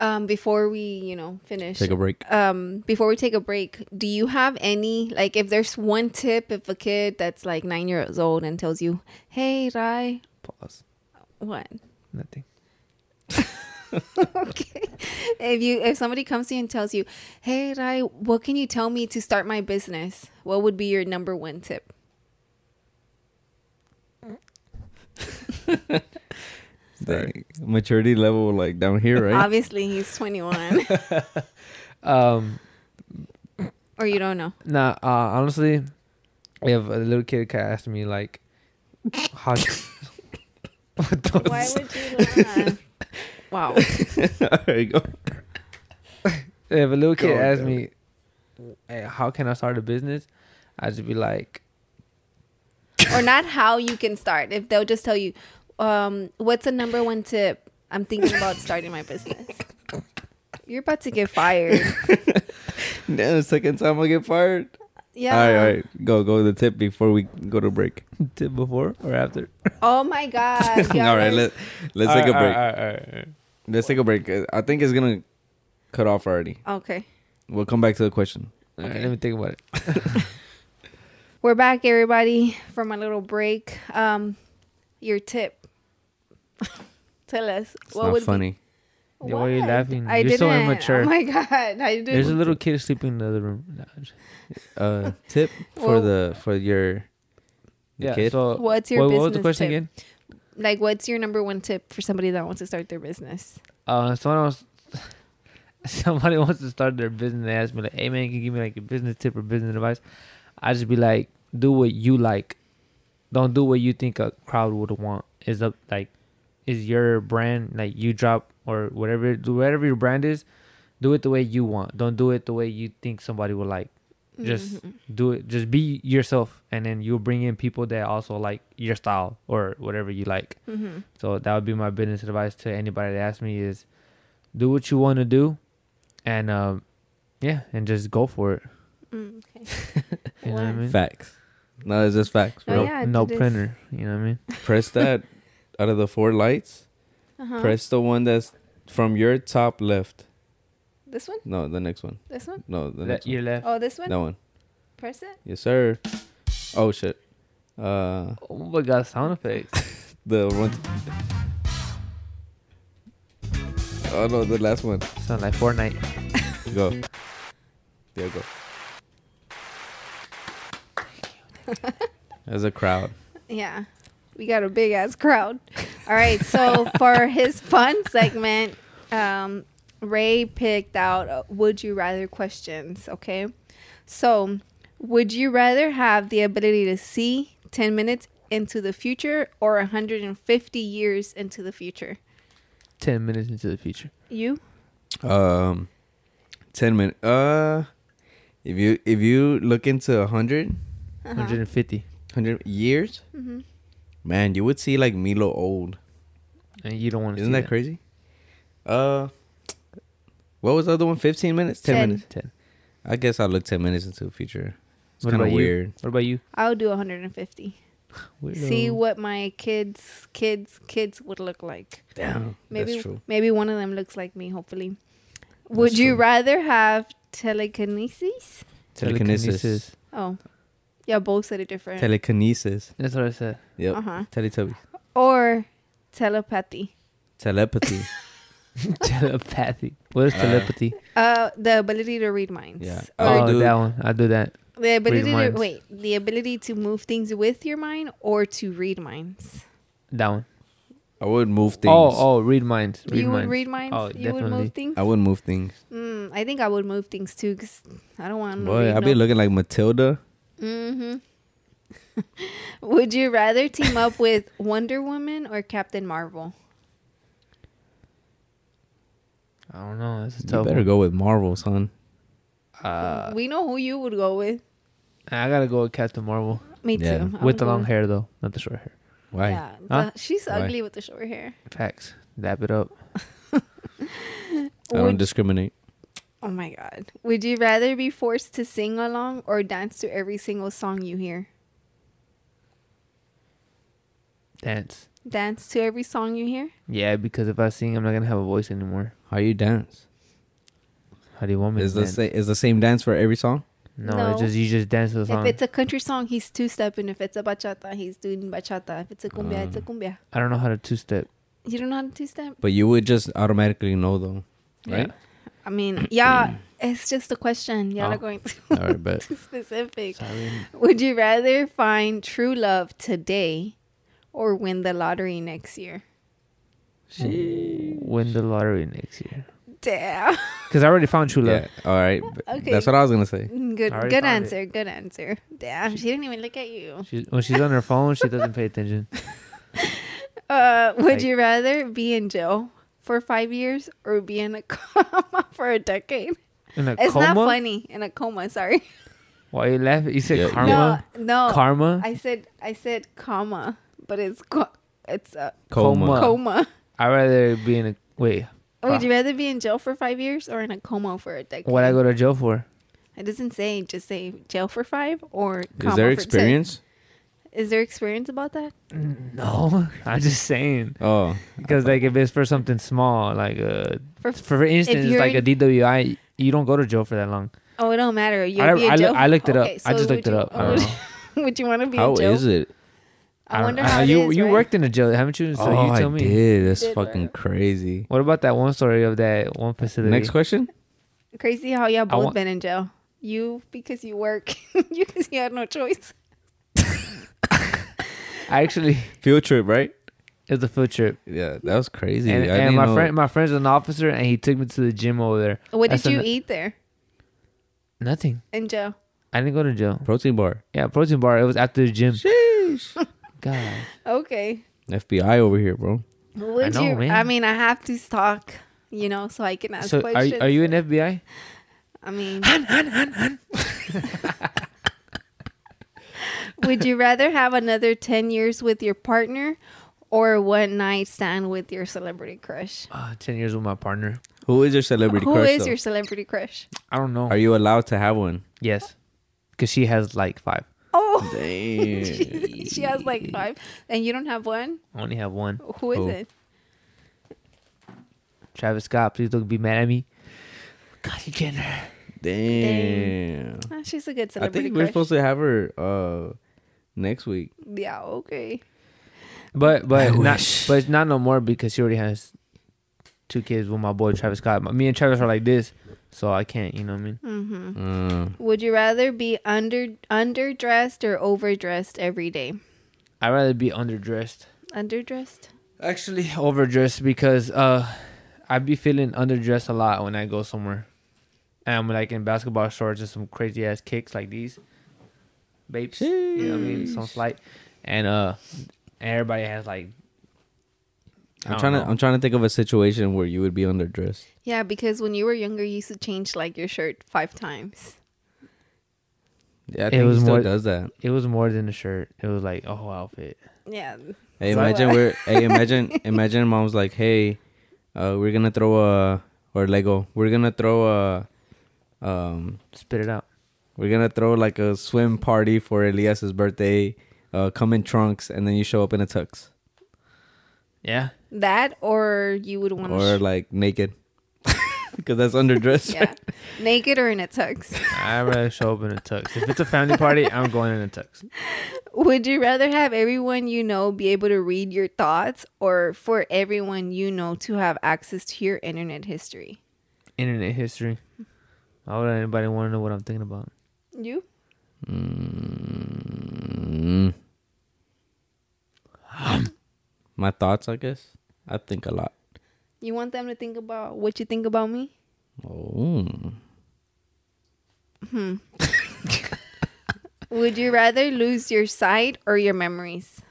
A: um, before we you know finish,
B: Take a break.
A: um before we take a break do you have any like if there's one tip if a kid that's like nine years old and tells you hey rai
C: Pause.
A: what
C: Nothing.
A: okay if you if somebody comes to you and tells you hey rai what can you tell me to start my business what would be your number one tip
B: Like, maturity level like down here, right?
A: obviously he's 21
C: Um,
A: or you don't know
C: nah. Uh, honestly, if a little kid could ask me like, how, what the-
A: why would you laugh wow
B: there you go.
C: if a little kid
B: God
C: asked
B: damn
C: me, hey, how can I start a business? I'd just be like,
A: or not how you can start if they'll just tell you um, what's the number one tip i'm thinking about starting my business you're about to get fired
B: Now the second time I get fired.
A: yeah
B: All right, all right. Go, go to the tip before we go to break.
C: did before or after?
A: oh my god y'all
B: all right,
A: are-
B: let let's take a break.
C: All right, all right, all right.
B: Let's take a break. Uh, I think it's gonna cut off already.
A: okay
B: We'll come back to the question.
A: Okay.
C: let me think about it.
A: we're back everybody from a little break um, your tip tell us
B: It's
A: what
B: not
A: would
B: funny.
A: be
C: Yeah, why are you
A: What?
C: laughing?
A: I
C: You're so
A: didn't.
C: immature.
A: oh my god i did
C: There's a little kid sleeping in the other room. Nah, I'm just-
B: uh tip
A: Well-
B: for the for your the
C: yeah.
B: kid.
C: So
A: What's your
C: what, what was the
A: business
C: question
A: tip?
C: again?
A: like what's your number one tip for somebody that wants to start their business
C: Uh, someone else, somebody wants to start their business. They ask me like, "Hey man, can you give me like a business tip or business advice?" I just be like, "Do what you like. Don't do what you think a crowd would want." Is up like, is your brand like you drop or whatever? Do whatever your brand is, do it the way you want. Don't do it the way you think somebody would like. Just do it. Just be yourself, and then you'll bring in people that also like your style or whatever you like.
A: mm-hmm.
C: So that would be my business advice to anybody that asks me is do what you want to do and um yeah, and just go for it.
A: mm, okay
C: You know what I mean?
B: Facts. No, it's just facts,
A: Oh,
B: bro.
A: yeah,
C: no
A: it is.
C: printer, you know what I mean?
B: Press that out of the four lights.
A: uh-huh.
B: Press the one that's from your top left.
A: this one
B: No, the next one.
A: this one
B: No, the
C: Le-
B: next
C: your left.
A: oh this one
B: one. That one.
A: press it
B: Yes, sir. Oh shit. Uh,
C: Oh my god, sound effects.
B: the one. Oh no, the last one.
C: Sound like Fortnite.
B: Go. Yeah, go. As a crowd.
A: Yeah. We got a big ass crowd. All right. So for his fun segment, um, Ray picked out uh, would you rather questions. Okay. So would you rather have the ability to see 10 minutes into the future or 150 years into the future?
C: Ten minutes into the future.
A: You?
B: Um, ten minutes. Uh, if you if you look into a hundred
A: Uh-huh. Mm-hmm.
C: and fifty.
B: hundred years, man, you would see like Milo old.
C: And you don't want to
B: Isn't that, crazy? Uh, what was the other one? Fifteen minutes, ten,
A: Ten.
B: minutes.
C: Ten.
B: I guess I'll look ten minutes into the future. It's
C: What
B: kind of
C: about you?
B: weird.
C: What about you?
A: I'll do 150. See what my kids, kids, kids would look like.
B: Damn,
A: Maybe
B: that's true.
A: maybe one of them looks like me. Hopefully, would
B: That's
A: you
B: true.
A: rather have telekinesis?
B: Telekinesis.
A: Oh, yeah, both said it different.
B: Telekinesis.
C: That's what I said.
B: Yep.
A: Uh-huh.
B: Teletubbies.
A: or telepathy.
B: Telepathy.
C: telepathic. What is
B: Uh,
C: telepathy?
A: Uh, the ability to read minds.
B: Yeah.
A: Or
C: oh,
B: do-
C: that one. I do that.
A: the ability to
C: minds.
A: wait, the ability to move things with your mind or to read minds.
C: That one.
B: I would move things.
C: Oh, oh, read minds. Read
A: you
C: minds.
A: would read minds.
C: Oh,
A: you would
C: definitely.
A: move things.
B: I would move things.
A: Mm, I think I would move things too, cause I don't want.
B: Boy, I'd be looking like Matilda.
A: hmm Would you rather team up with Wonder Woman or Captain Marvel?
C: I don't know. That's a
B: You
C: tough
B: better
C: one.
B: go with Marvel, son.
C: Uh,
A: we know who you would go with.
C: I gotta go with Captain Marvel
A: Me
B: yeah.
A: too. I would
C: with the
A: go
C: long hair though, not the short hair.
B: Why?
A: Yeah,
C: Huh?
A: the- she's
B: Why?
A: ugly with the short hair.
C: Facts. Dab it up.
B: I don't
A: Would-
B: discriminate.
A: oh my god! Would you rather be forced to sing along or dance to every single song you hear?
C: Dance.
A: Dance to every song you hear.
C: Yeah, because if I sing, I'm not gonna have a voice anymore.
B: How you dance?
C: How do you want me
B: Is
C: to
B: the
C: dance?
B: sa- is the same dance for every song?
C: no,
A: No.
C: It's just you just dance to the
A: If
C: song.
A: it's a country song, he's two stepping. If it's a bachata, he's doing bachata. If it's a cumbia, it's a
B: Ah.
A: cumbia.
C: I don't know how to two step.
A: You don't know how to two step?
B: But you would just automatically know though, right?
A: I mean, yeah, it's just a question. Y'all
C: Oh.
A: are going
B: All right, but
A: too specific.
C: Sorry.
A: Would you rather find true love today or win the lottery next year?
C: Win the lottery next year.
A: Damn.
C: Because I already found true love.
B: yeah, all right. but
A: Okay.
B: That's what I was gonna say.
A: Mm, Good
C: already
A: good
C: found it.
A: answer. Good answer. Damn, she didn't even look at you.
C: She's, when she's on her phone, she doesn't pay attention.
A: Uh, would
C: Like-
A: you rather be in jail for 5 years or be in a coma for a decade?
C: In a
A: It's not
C: coma.
A: funny. In a coma, sorry.
C: Why are you laughing? You said
B: Yeah, yeah.
C: karma.
A: No, no.
C: Karma.
A: I said I said coma, but it's co- it's a
B: Coma.
C: Coma.
A: coma.
C: I'd rather be in a wait.
A: Would you rather be in jail for five years or in a coma for a decade?
C: What I go to jail for?
A: It doesn't say. Just say jail for five or. Coma
B: Is there
A: for ten.
B: experience?
A: Is there experience about that?
C: No, I'm just saying
B: Oh,
C: because like if it's for something small, like uh,
A: For
C: for instance,
A: you're
C: like a
A: in-
C: DWI, you don't go to jail for that long.
A: oh, it don't matter. You
C: I,
A: be in
C: I,
A: jail.
C: look- I looked it up.
A: Okay,
C: I
A: so
C: just looked
A: would
C: it
A: you-
C: up. I don't know.
A: would you want to be
B: how
A: in jail?
B: is it?
A: I,
C: don't-
A: wonder how it
C: you
A: is,
C: you
A: right?
C: worked in a jail, haven't you? So
B: oh,
C: you tell
B: I
C: me.
B: did. That's
A: Did
B: fucking
A: learn.
B: crazy.
C: What about that one story of that one facility?
B: Next question.
A: Crazy how y'all both
C: want-
A: been in jail. You because you work. you because you had no choice.
C: I actually
B: Field trip, right?
C: it was a field trip,
B: Yeah, that was crazy.
C: and,
B: I
C: and
B: didn't
C: my
B: know-
C: friend my friend's an officer, and he took me to the gym over there.
A: What
C: That's
A: did you
C: an-
A: eat there
C: Nothing.
A: in jail?
C: I didn't go to jail.
B: protein bar.
C: Yeah, protein bar. It was after the gym. God,
A: Okay.
B: FBI over here, bro.
A: Would
C: know,
A: you?
C: man.
A: I mean, I have to talk, you know, so I can ask
C: so are
A: questions.
C: you, are you an FBI?
A: I mean, would you rather have another ten years with your partner, or one night stand with your celebrity crush?
C: Uh, Ten years with my partner.
B: Who is your celebrity
A: Who
B: crush?
A: is
B: though?
A: your celebrity crush?
C: I don't know.
B: Are you allowed to have one?
C: Yes, because she has like five.
A: Oh,
B: Damn.
A: she, she has like five, and you don't have one.
C: I only have one.
A: Who is
B: Who?
A: it?
C: Travis Scott, please don't be mad at me. Kylie Jenner.
B: Damn.
A: Ah, she's a good
B: I
A: celebrity
B: think
A: crush.
B: we're supposed to have her uh next week.
A: yeah, okay.
C: But but
B: I
C: not
B: wish.
C: but not no more because she already has two kids with my boy Travis Scott. My- Me and Travis are like this, so I can't. You know what I mean?
A: Mm-hmm.
B: Uh,
A: Would you rather be under underdressed or overdressed every day?
C: I'd rather be underdressed.
A: Underdressed.
C: Actually, overdressed because uh, I be feeling underdressed a lot when I go somewhere. And I'm like in basketball shorts and some crazy ass kicks like these, babes. You know what I mean? Some slight, and uh, everybody has like. I
B: I'm
C: don't
B: trying to
C: know.
B: I'm trying to think of a situation where you would be underdressed.
A: Yeah, because when you were younger, you used to change like your shirt five times.
B: Yeah, I
C: It
B: think
C: was
B: he still
C: more-
B: does that.
C: It was more than a shirt. It was like a whole outfit.
A: Yeah.
B: Hey,
A: So-
B: imagine we're hey, imagine imagine mom's like, hey, uh, we're gonna throw a or Lego, we're gonna throw a um,
C: Spit it out.
B: we're gonna throw like a swim party for Elias's birthday. Uh, come in trunks, and then you show up in a tux
C: Yeah.
A: That or you would want
B: or
A: to.
B: like naked. because that's underdress.
A: Yeah. Naked or in a tux?
C: I'd rather show up in a tux. If it's a family party, I'm going in a tux.
A: Would you rather have everyone you know be able to read your thoughts or for everyone you know to have access to your internet history?
C: Internet history. Why would anybody want to know what I'm thinking about?
A: You?
B: Mm. My thoughts, I guess. I think a lot.
A: You want them to think about what you think about me?
B: Oh,
A: Would you rather lose your sight or your memories?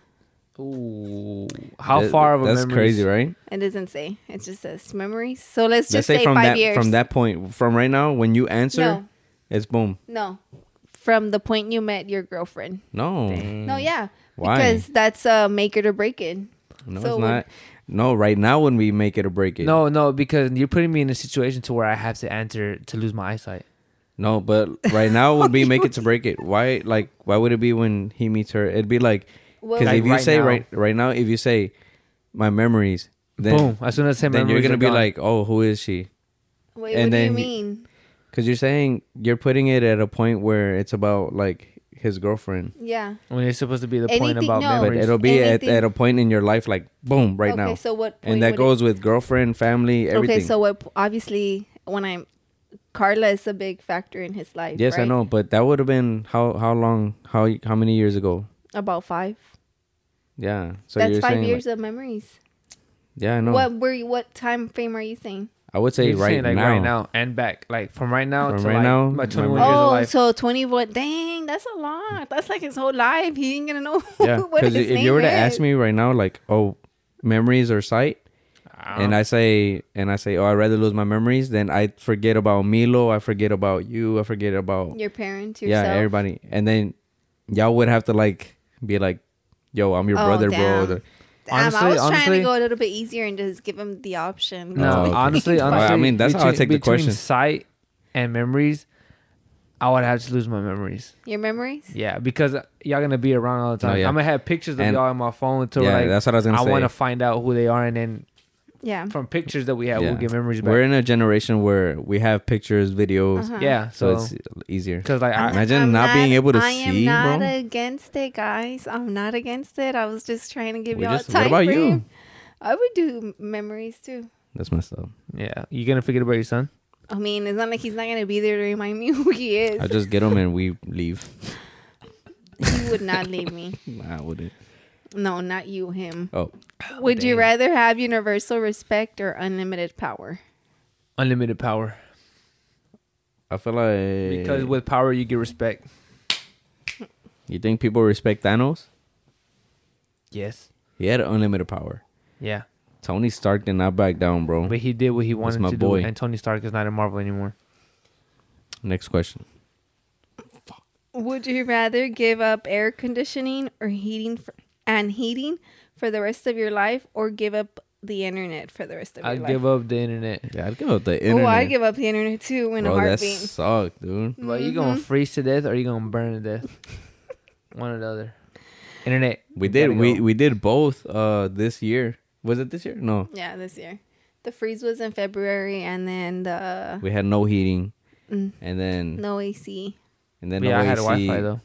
C: Ooh. How far of a
B: that's
C: memory?
B: crazy, right?
A: It doesn't say. It just says memories. So let's just
B: Let's say,
A: say,
B: from
A: five
B: that
A: years.
B: from that point, from right now, when you answer,
A: No.
B: it's boom.
A: No. From the point you met your girlfriend.
B: No,
A: No, yeah.
B: Mm. Why?
A: Because that's a make it or break it.
B: no,
A: So
B: it's
A: when-
B: not. No, right now when we make it or break it.
C: No, no, because you're putting me in a situation to where I have to answer to lose my eyesight.
B: no, but right now would be make it to break it. Why, like, why would it be when he meets her? It'd be like
A: Well,
B: because
C: Like
B: if you
C: right
B: say
C: now.
B: right right now, if you say my memories, then
C: Boom. As soon as I say
B: then you're
C: memories
B: gonna
C: are
B: be
C: gone.
B: like, oh, who is she?
A: Wait, what
B: And
A: do you
B: then he-
A: mean?
B: Because you're saying you're putting it at a point where it's about like his girlfriend,
A: yeah.
C: when it's supposed to be the point
A: Anything-
C: about
A: no.
B: but
C: memories.
B: it'll be at,
A: Anything.
B: at a point in your life like boom right
A: okay,
B: now,
A: so what point
B: and that
A: would it-
B: goes with girlfriend, family, everything.
A: Okay, so what obviously when I'm Carla is a big factor in his life.
B: yes, I
A: right?
B: know, but that would have been how how long how how many years ago?
A: About five.
B: Yeah, so
A: That's
B: you're
A: five
B: saying like-
A: years of memories.
B: yeah, I know.
A: What were you, what time frame are you saying?
B: I would say
C: You're
B: right,
C: saying, like,
B: now.
C: right now and back. Like from right now
B: From
C: to
B: right
C: like
B: now,
C: my
B: my
C: 21 years of
A: Oh,
C: life.
A: so twenty what? Dang, that's a lot. That's like his whole life. He ain't gonna know
B: Yeah,
A: what his
B: because if
A: name
B: you were to
A: is.
B: ask me right now, like, oh, memories or sight,
C: Ah.
B: and I say and I say, oh, I'd rather lose my memories than I forget about Milo, I forget about you, I forget about
A: your parents,
B: yeah,
A: yourself.
B: everybody, and then y'all would have to like be like, yo, I'm your
A: Oh,
B: brother,
A: damn.
B: bro. The-
A: Damn, I
C: Honestly-
A: was trying
C: honestly-
A: to go a little bit easier and just give him the option.
C: No,
B: Oh, okay.
C: honestly,
B: Well, I
C: honestly,
B: mean, that's how I take the
C: between
B: question.
C: Sight and memories, I would have to lose my memories.
A: Your memories?
C: Yeah, because y'all gonna be around all the time.
B: No, yeah.
C: I'm gonna have pictures of
B: And-
C: y'all on my phone until
B: yeah,
C: like
B: that's what I was gonna
C: I
B: say.
C: want to find out who they are, and then
A: Yeah.
C: from pictures that we have,
B: Yeah.
C: we'll get memories back.
B: We're in a generation where we have pictures, videos,
A: Uh-huh.
C: yeah,
B: so,
C: so
B: it's easier.
C: because like I,
B: Imagine not, being able to see,
A: I am not
B: bro.
A: against it, guys. I'm not against it. I was just trying to give
B: We
A: y'all
B: just-
A: a
B: what
A: time
B: about you?
A: frame. I would do memories too.
B: That's messed up.
C: yeah, you gonna forget about your son?
A: I mean, it's not like he's not gonna be there to remind me who he is.
B: I just get them and we leave.
A: he would not leave me.
B: I wouldn't.
A: No, not you, him.
B: Oh,
A: would you
C: dang.
A: rather have universal respect or unlimited power?
C: Unlimited power,
B: I feel like
C: because with power you get respect.
B: you think people respect Thanos.
C: Yes,
B: He had unlimited power.
C: yeah,
B: Tony Stark did not back down, bro.
C: but he did what he wanted
B: my
C: to
B: boy.
C: do, and Tony Stark is not in Marvel anymore.
B: Next question.
A: Would you rather give up air conditioning or heating for, and heating for the rest of your life, or give up the internet for the rest of your
C: I
A: life?
C: give up the internet.
B: Yeah, I'd give up the
A: Oh,
B: internet.
A: I give up the internet too in a
B: bro, that
A: heartbeat.
B: sucked, dude.
C: Well, you
A: Mm-hmm.
C: gonna freeze to death or you gonna burn to death? One or the other. Internet.
B: We
C: you
B: did
C: gotta
B: we
C: go.
B: we did both uh this year. Was it this year? No.
A: Yeah, this year. The freeze was in February, and then the
B: We had no heating.
A: Mm.
B: And then
A: no AC.
B: and then
C: yeah,
B: no
C: I had a
B: AC,
C: Wi-Fi though,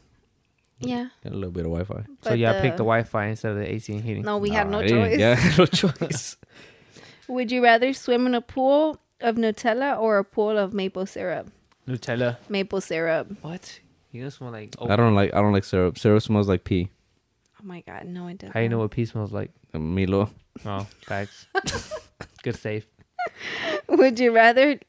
A: Yeah.
B: and a little bit of Wi-Fi.
C: so
A: but
C: yeah, I picked the Wi-Fi instead of the AC and heating.
A: No, we had
B: Nah,
A: no
B: I didn't.
A: choice.
B: Yeah, no choice.
A: Would you rather swim in a pool of Nutella or a pool of maple syrup?
C: Nutella.
A: Maple syrup.
C: What? You just want like?
B: I don't like I don't like syrup. Syrup smells like pee.
A: Oh my God, no, it doesn't.
C: How you know what pee smells like?
B: Milo.
C: Oh, facts. Good save.
A: Would you rather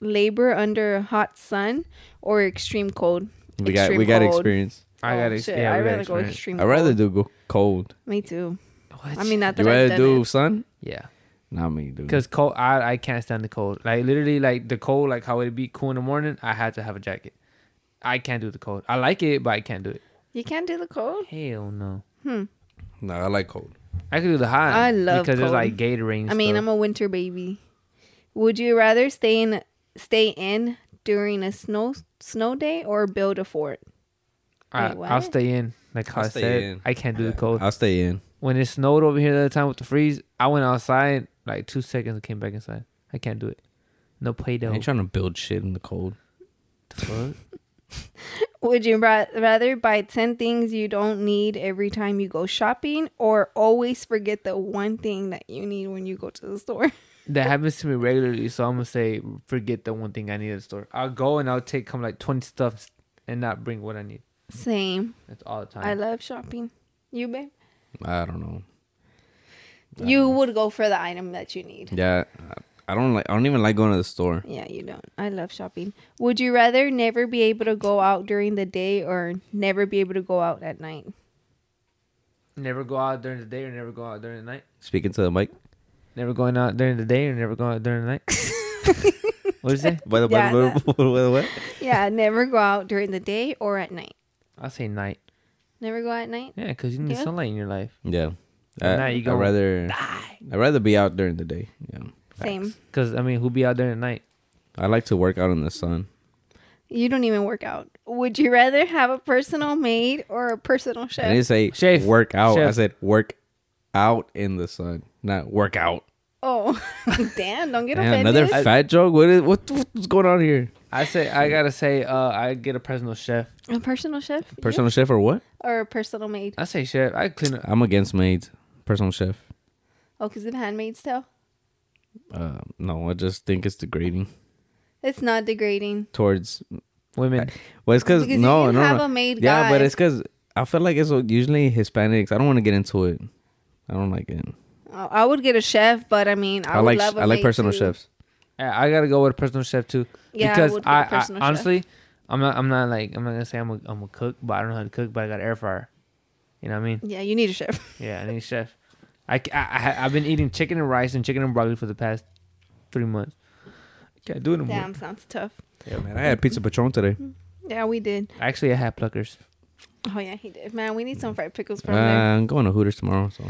A: labor under a hot sun or extreme cold?
B: We got
A: Extreme
B: we got
A: cold.
B: experience.
C: I
A: Oh,
C: got it.
A: shit,
C: Yeah,
A: I'd
C: we got
A: rather go
C: experience.
A: extreme.
B: I'd rather
A: cold.
B: do go cold.
A: Me too.
C: What?
A: I mean, not
B: You
A: that I've
B: rather
A: done
B: do
A: it.
B: sun?
C: yeah,
B: Not me, dude.
C: because cold. I I can't stand the cold. Like literally, like the cold. Like how it be cool in the morning. I had to have a jacket. I can't do the cold. I like it, but I can't do it.
A: You can't do the cold.
C: Hell no.
B: no, I like cold.
C: I could do the hot.
A: I love
C: because
A: cold.
C: there's like Gatorade. And
A: I mean,
C: stuff.
A: I'm a winter baby. Would you rather stay in stay in during a snow snow day or build a fort?
C: I,
A: Wait,
C: I'll
A: what?
C: stay in. Like how
B: I'll
C: I
B: stay
C: said,
B: in.
C: I can't do the
B: Yeah, Uh,
C: cold.
B: I'll stay in.
C: when it snowed over here the other time with the freeze, I went outside like two seconds and came back inside. I can't do it. No play
B: I
C: doh.
B: ain't trying to build shit in the cold.
A: Would you ra- rather buy 10 things you don't need every time you go shopping or always forget the one thing that you need when you go to the store?
C: that happens to me regularly, so I'm gonna say forget the one thing I need at the store. I'll go and I'll take come like twenty stuffs and not bring what I need.
A: Same.
C: That's all the time.
A: I love shopping. You, babe?
B: I don't know.
A: You would go for the item that you need.
B: Yeah, I- I don't like. I don't even like going to the store.
A: Yeah, you don't. I love shopping. Would you rather never be able to go out during the day or never be able to go out at night?
C: never go out during the day or never go out during the night.
B: Speaking to the mic.
C: Never going out during the day or never going out during the night. what is it?
B: By the
A: Yeah,
B: by, the- by the way,
A: Yeah, never go out during the day or at night.
C: I'll say night.
A: Never go at night?
C: Yeah, because you need
A: Yeah.
C: sunlight in your life.
B: Yeah.
C: At
B: I,
C: night you
B: I'd
C: gonna
B: rather. I'd rather be out during the day. Yeah.
A: Same.
C: Because I mean, who be out during the night?
B: I like to work out in the sun.
A: You don't even work out. Would you rather have a personal maid or a personal
B: I
A: Eh, chef?
B: didn't say
C: Chef.
B: work out. I
C: Chef.
B: said work out in the sun, not work out.
A: Oh, damn! Don't get
B: Damn,
A: offended.
B: another fat joke. What is what, what's going on here?
C: I say I gotta say uh I get a personal chef.
A: a personal chef, yeah?
B: Personal chef or what?
A: or a personal maid?
C: I say chef. I clean up.
B: I'm against maids. Personal chef.
A: Oh, because it Handmaid's Tale.
B: Uh, no, I just think it's degrading
A: It's not degrading.
B: towards.
C: Women.
B: Well, it's cause,
A: Because you
B: no,
A: can
B: no,
A: have
B: no.
A: a maid
B: yeah, but
A: guy.
B: it's cause I feel like it's usually Hispanics. I don't want to get into it. I don't like it.
A: Oh, I would get a chef, but I mean, I,
B: I,
A: would
B: like
A: love. a
B: I like
A: maid,
B: personal
A: too.
B: chefs.
C: I, I gotta go with a personal chef too.
A: Yeah, I
C: because
A: would go
C: I,
A: with personal
C: I
A: chef.
C: honestly, I'm not. I'm not like. I'm not gonna say I'm a, I'm a cook, but I don't know how to cook. But I got air fryer. You know what I mean?
A: Yeah, you need a chef.
C: Yeah, I need a chef. I, c- I, I have been eating chicken and rice and chicken and broccoli for the past three months. Can't do it anymore.
A: Damn, sounds tough.
B: Yeah, man. I had pizza patron today.
A: Yeah, we did.
C: Actually, I had pluckers.
A: Oh yeah, he did. Man, we need some fried pickles
B: Uh,
A: from there.
B: I'm going to Hooters tomorrow. So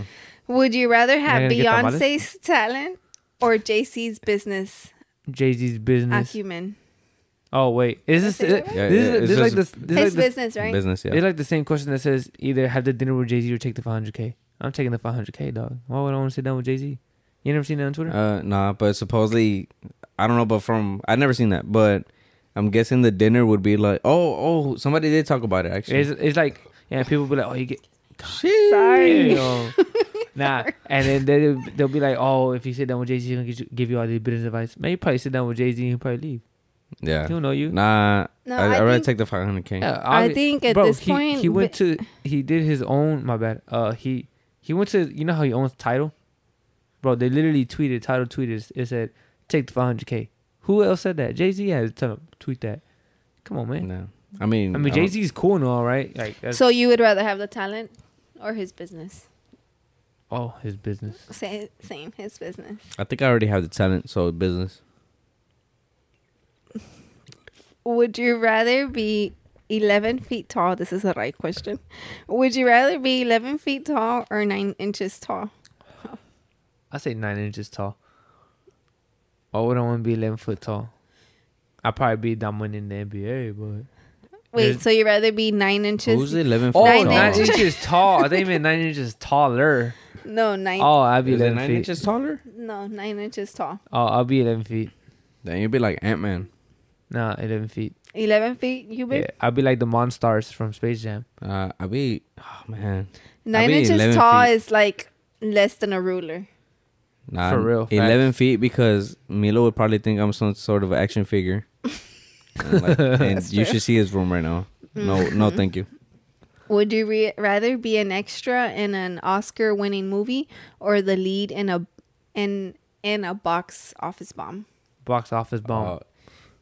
A: Would you rather have
C: gonna get tamales?
A: Beyonce's talent or JC's business
C: Jay Z's business.
A: acumen?
C: Oh wait, is this
A: Did I say that
C: this,
A: right?
B: Yeah, yeah,
C: is,
B: it's
C: this is like this?
B: just
A: His
C: This is like, the,
A: business, right?
B: business, yeah.
C: it's like the same question that says either have the dinner with Jay Z or take the 500k. I'm taking the 500k, dog. Why would I want to sit down with Jay Z? You never seen that on Twitter?
B: Uh, nah, but supposedly, I don't know, but from I've never seen that, but I'm guessing the dinner would be like, oh, oh, somebody did talk about it actually.
C: It's, it's like yeah, people be like, oh, you get
A: Sorry.
C: Damn. nah, and then they they'll be like, oh, if you sit down with Jay Z, he'll give you- give you all these business advice. Man, you probably sit down with Jay Z, he'll probably leave.
B: yeah,
C: He'll know you.
B: nah,
A: No,
B: I,
A: I
B: I'd rather
A: think-
B: take the 500k.
C: Yeah,
A: I
C: obvi-
A: think at
C: Bro,
A: this
C: he,
A: point,
C: he went
A: but-
C: to he did his own. My bad. Uh, he he went to you know how he owns title, bro. They literally tweeted title tweeted it said take the 500k. Who else said that? Jay Z had to tell him, tweet that. Come on, man.
B: No, I mean,
C: I mean,
B: don't-
C: Jay Z's cool and all, right? Like, that's,
A: So you would rather have the talent or his business?
C: oh, his business.
A: Sa- Same, his business.
B: I think I already have the talent, so business.
A: Would you rather be 11 feet tall? This is a right question. Would you rather be 11 feet tall or 9 inches tall?
C: I say nine inches tall. Why would I want to be 11 foot tall? I'd probably be dominant in the NBA, but.
A: Wait,
C: There's-
A: so you'd rather be 9
B: Who's
A: inches?
B: 11
C: Oh,
B: feet
A: Nine
C: nine
B: tall?
A: inches.
C: inches tall. I think meant nine inches taller.
A: No, 9
C: Oh, I'd be
B: Is it
C: 11
B: nine
C: feet.
B: inches taller?
A: No, 9 inches tall.
C: Oh, I'll be 11 feet.
B: Then you'd be like Ant Man.
C: Nah, 11 feet.
A: 11 feet, you babe?
C: Yeah, I'll be like the Monstars from Space Jam.
B: Uh, I'd be, oh man,
A: 9
B: be
A: inches
B: 11
A: tall
B: feet.
A: is like less than a ruler.
B: nah,
C: For real,
B: Eleven feet because Milo would probably think I'm some sort of action figure. and like- and
A: That's Mm.
B: you
A: true.
B: should see his room right now. No, no, thank you.
A: Would you re- rather be an extra in an Oscar-winning movie or the lead in a in in a box office bomb?
C: Box office bomb.
B: Uh,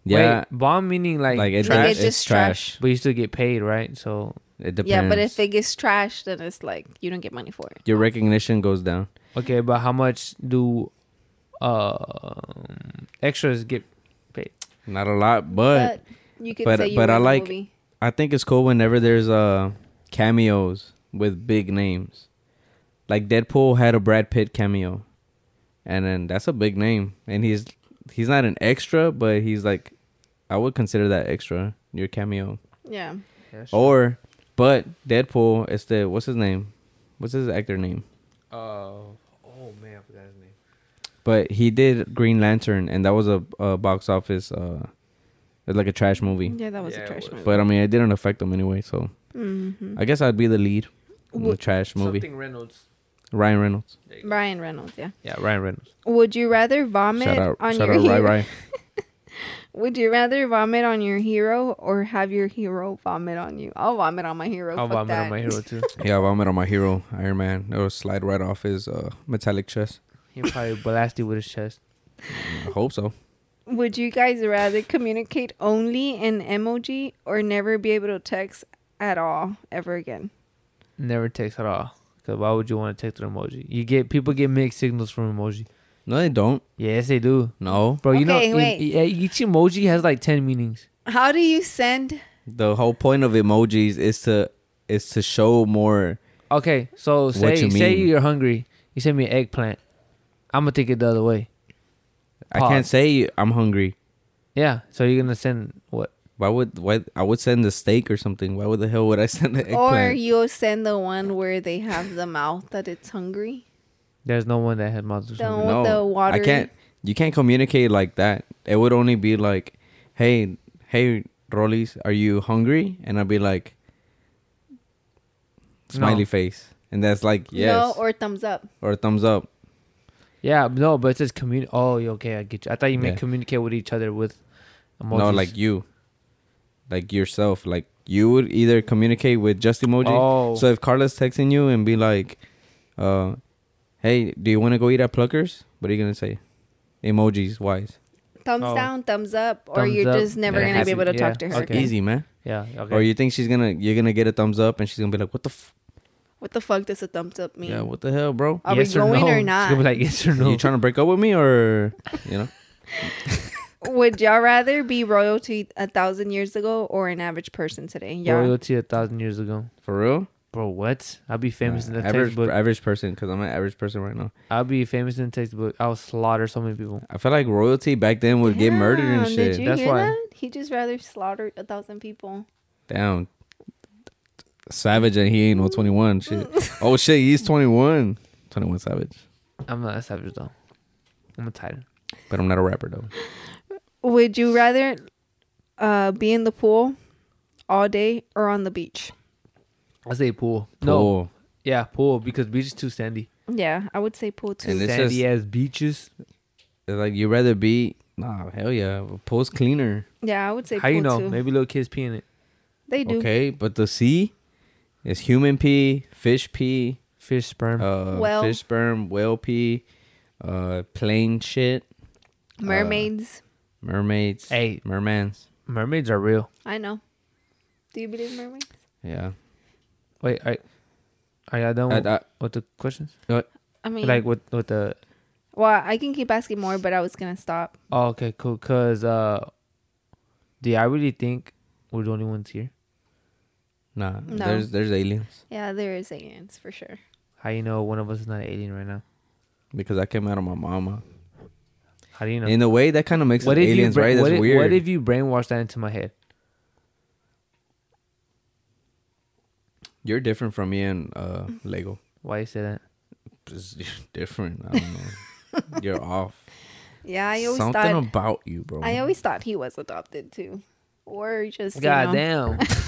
B: yeah,
C: Wait, bomb meaning like.
B: like it's,
A: Like,
B: trash.
A: it's just
B: it's trash.
C: but you still get paid, right? So,
B: It depends.
A: Yeah, but if it gets trashed, then it's like you don't get money for it.
B: your recognition goes down,
C: okay, but how much do um extras get paid?
B: not a lot, but,
A: you could
B: but-
A: say you
B: but I
A: win the
B: like-
A: movie.
B: I think it's cool whenever there's uh cameos with big names. Like Deadpool had a Brad Pitt cameo, and then that's a big name, and he's he's not an extra, but he's like, I would consider that extra your cameo.
A: Yeah,
B: Or, but Deadpool is the
C: Uh,
B: what's his name? What's his actor name?
C: Oh, oh man, I forgot his name.
B: But he did Green Lantern, and that was a, a box office, uh, it's like a trash movie.
A: Yeah, that was
C: Yeah,
A: a
C: it
A: trash
C: was.
A: movie.
B: But I mean, it didn't affect him anyway. So
A: hmm
B: I guess I'd be the lead in the
A: Would-
B: trash movie.
C: Something Reynolds.
B: Ryan Reynolds.
A: Ryan Reynolds, yeah.
C: Yeah, Ryan Reynolds.
A: Would you rather vomit
B: Shout out,
A: on
B: shout
A: your
B: out, Rai
A: hero?
B: Rai.
A: Would you rather vomit on your hero or have your hero vomit on you? I'll vomit on my hero.
C: I'll
A: fuck
C: vomit
A: that.
C: on my hero too.
B: Yeah, well, I met on my hero, Iron Man. It'll slide right off his uh, metallic chest.
C: He'll probably blast you with his chest.
B: I hope so.
A: Would you guys rather communicate only in emoji or never be able to text at all ever again?
C: Never text at all. Cause why would you want to text an emoji? You get people get mixed signals from emoji.
B: No, they don't.
C: Yes, they do,
B: No,
C: bro. You
A: Okay,
C: know,
A: wait.
C: e- e- each emoji has like ten meanings.
A: How do you send?
B: the whole point of emojis is to is to show more.
C: Okay, so say
B: you
C: say
B: mean?
C: you're hungry. You send me an eggplant. I'm gonna take it the other way.
B: I can't
C: Pause.
B: say I'm hungry.
C: Yeah. So you're gonna send what?
B: Why would why I would send the steak or something? Why would the hell would I send the
A: Or
B: eggplant?
A: you'll send the one where they have the mouth that it's hungry.
C: There's no one that has multiple.
A: Don't.
C: symbols.
A: with the
B: I
A: watery-
B: can't. You can't communicate like that. It would only be like, "Hey, hey, Rollies, are you hungry?" And I'd be like,
C: No.
B: smiley face, and that's like yes
A: No, or thumbs up.
B: or thumbs up.
C: Yeah, no, but it says communicate. Oh, yeah, okay, I get you. I thought you meant
B: Yeah.
C: communicate with each other with emojis.
B: No, like you, like yourself. Like you would either communicate with just emoji.
C: Oh,
B: So if Carla's texting you and be like, uh, "Hey, do you want to go eat at Pluckers?" What are you gonna say? Emojis wise.
A: Thumbs
C: Oh.
A: down, thumbs up, or
C: Thumbs
A: you're
C: up.
A: just never
B: Yeah,
A: gonna be
B: happy.
A: able to
C: Yeah,
A: talk to her.
C: okay.
A: again.
B: Easy, man.
C: yeah, okay.
B: Or you think she's gonna you're gonna get a thumbs up and she's gonna be like, "What the f-
A: What the fuck does a thumbs up mean?
B: yeah? What the hell, bro?
A: Are we going
C: no?
A: or
C: She's
A: not?
C: gonna be like yes or no.
B: You trying to break up with me or you know?"
A: Would y'all rather be royalty a thousand years ago or an average person today? Y'all,
C: Royalty a thousand years ago,
B: For real?
C: bro. What? I'll be famous in
B: Uh,
C: the
B: average
C: textbook.
B: average person because I'm an average person right now.
C: I'll be famous in the textbook. I'll slaughter so many people.
B: I feel like royalty back then would get murdered and
A: Damn,
B: shit.
A: Did you
C: That's
A: hear
C: why.
A: that? He just rather slaughtered a thousand people.
B: Down. Savage and he ain't no 21 shit. oh shit, he's 21. 21 Savage.
C: I'm not a savage though. I'm a titan.
B: But I'm not a rapper though.
A: Would you rather uh, be in the pool all day or on the beach?
C: I say pool. No,
B: Cool.
C: yeah, pool because beach is too sandy.
A: Yeah, I would say pool too.
B: And it's
C: sandy
B: just-
C: as beaches.
B: It's like you'd rather be nah, hell yeah. Pool's cleaner.
A: yeah, I would say
C: How
A: pool
C: you know?
A: too.
C: Maybe little kids peeing it.
A: They do.
B: Okay. But the sea is human pee, fish pee,
C: Fish sperm.
B: uh
A: Whale.
B: fish sperm, whale pee, uh plain shit, uh,
A: Mermaids.
B: mermaids,
C: hey,
B: mermans.
C: mermaids are real.
A: I know. Do you believe in mermaids?
B: Yeah.
C: Wait, are, are y'all done
B: I-
C: with,
B: I-
C: with the questions?
A: I mean,
C: Like with with the
A: well, I can keep asking more, but I was gonna stop.
C: oh, okay, cool. Cause uh, do I really think we're the only ones here?
B: Nah,
A: No.
B: there's there's aliens
A: Yeah, there is aliens for sure.
C: How you know one of us is not an alien right now?
B: because I came out of my mama.
C: How do you know?
B: In a way, that kind of makes it aliens,
C: you bra-
B: right?
C: what
B: That's
C: if,
B: weird.
C: What if you brainwash that into my head?
B: You're different from me and uh, Lego.
C: Why you say that?
B: Just different. I don't know. You're off.
A: Yeah, I always
B: Something
A: thought.
B: about you, bro.
A: I always thought he was adopted too, or just. you
C: God
A: know,
C: damn.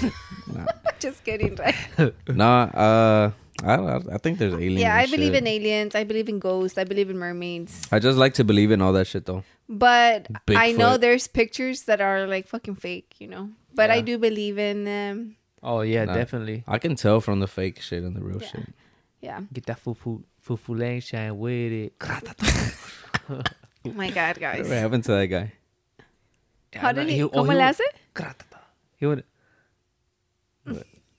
A: Just kidding. right?
B: nah, uh, I, I I think there's aliens.
A: yeah, I
B: and
A: believe
B: shit.
A: in aliens. I believe in ghosts. I believe in mermaids.
B: I just like to believe in all that shit though.
A: But I know
B: Bigfoot.
A: there's pictures that are like fucking fake, you know. But I
C: Yeah.
A: do believe in them.
C: oh yeah,
B: Nah.
C: definitely.
B: I can tell from the fake shit and the real
A: Yeah.
B: shit.
A: Yeah.
C: Get that fufu fufu lang shine with it.
A: Oh my god,
B: Whatever
A: guys.
B: happened to that guy?
A: How did he?
C: oh,
A: ¿Cómo
C: would-
A: le hace?
C: Kratata. He went.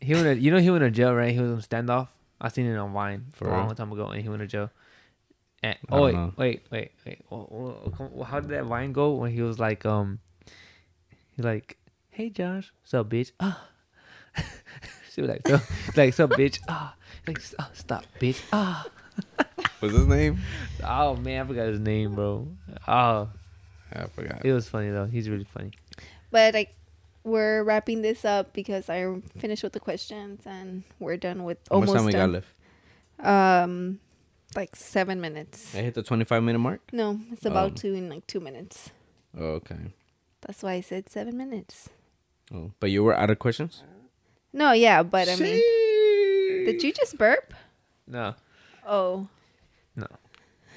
C: He went. to- You know, he went to jail, right? He was on standoff. I seen it on Vine
B: For
C: a long
B: real?
C: time ago, and he went to jail. And,
B: I
C: oh
B: don't
C: wait,
B: know.
C: wait, wait, wait. Oh, oh, come- How did that Vine go? When he was like, um, he like, hey Josh, what's up, bitch? Ah. she was like, so, like, so bitch. Ah, like, "S- oh, stop, bitch. Ah.
B: What's his name?
C: Oh man, I forgot his name, bro. Oh,
B: Ah, I forgot.
C: it was funny though. He's really funny.
A: But like, we're wrapping this up because I finished with the questions and we're done with
B: How much time
A: almost
B: we got
A: done.
B: left?
A: Um, like seven minutes.
B: I hit the 25 minute mark.
A: No, it's about
B: Oh.
A: to in like two minutes.
B: Oh, okay.
A: That's why I said seven minutes.
B: Oh, but you were out of questions.
A: No, yeah, but I mean, did you just burp?
C: No.
A: Oh,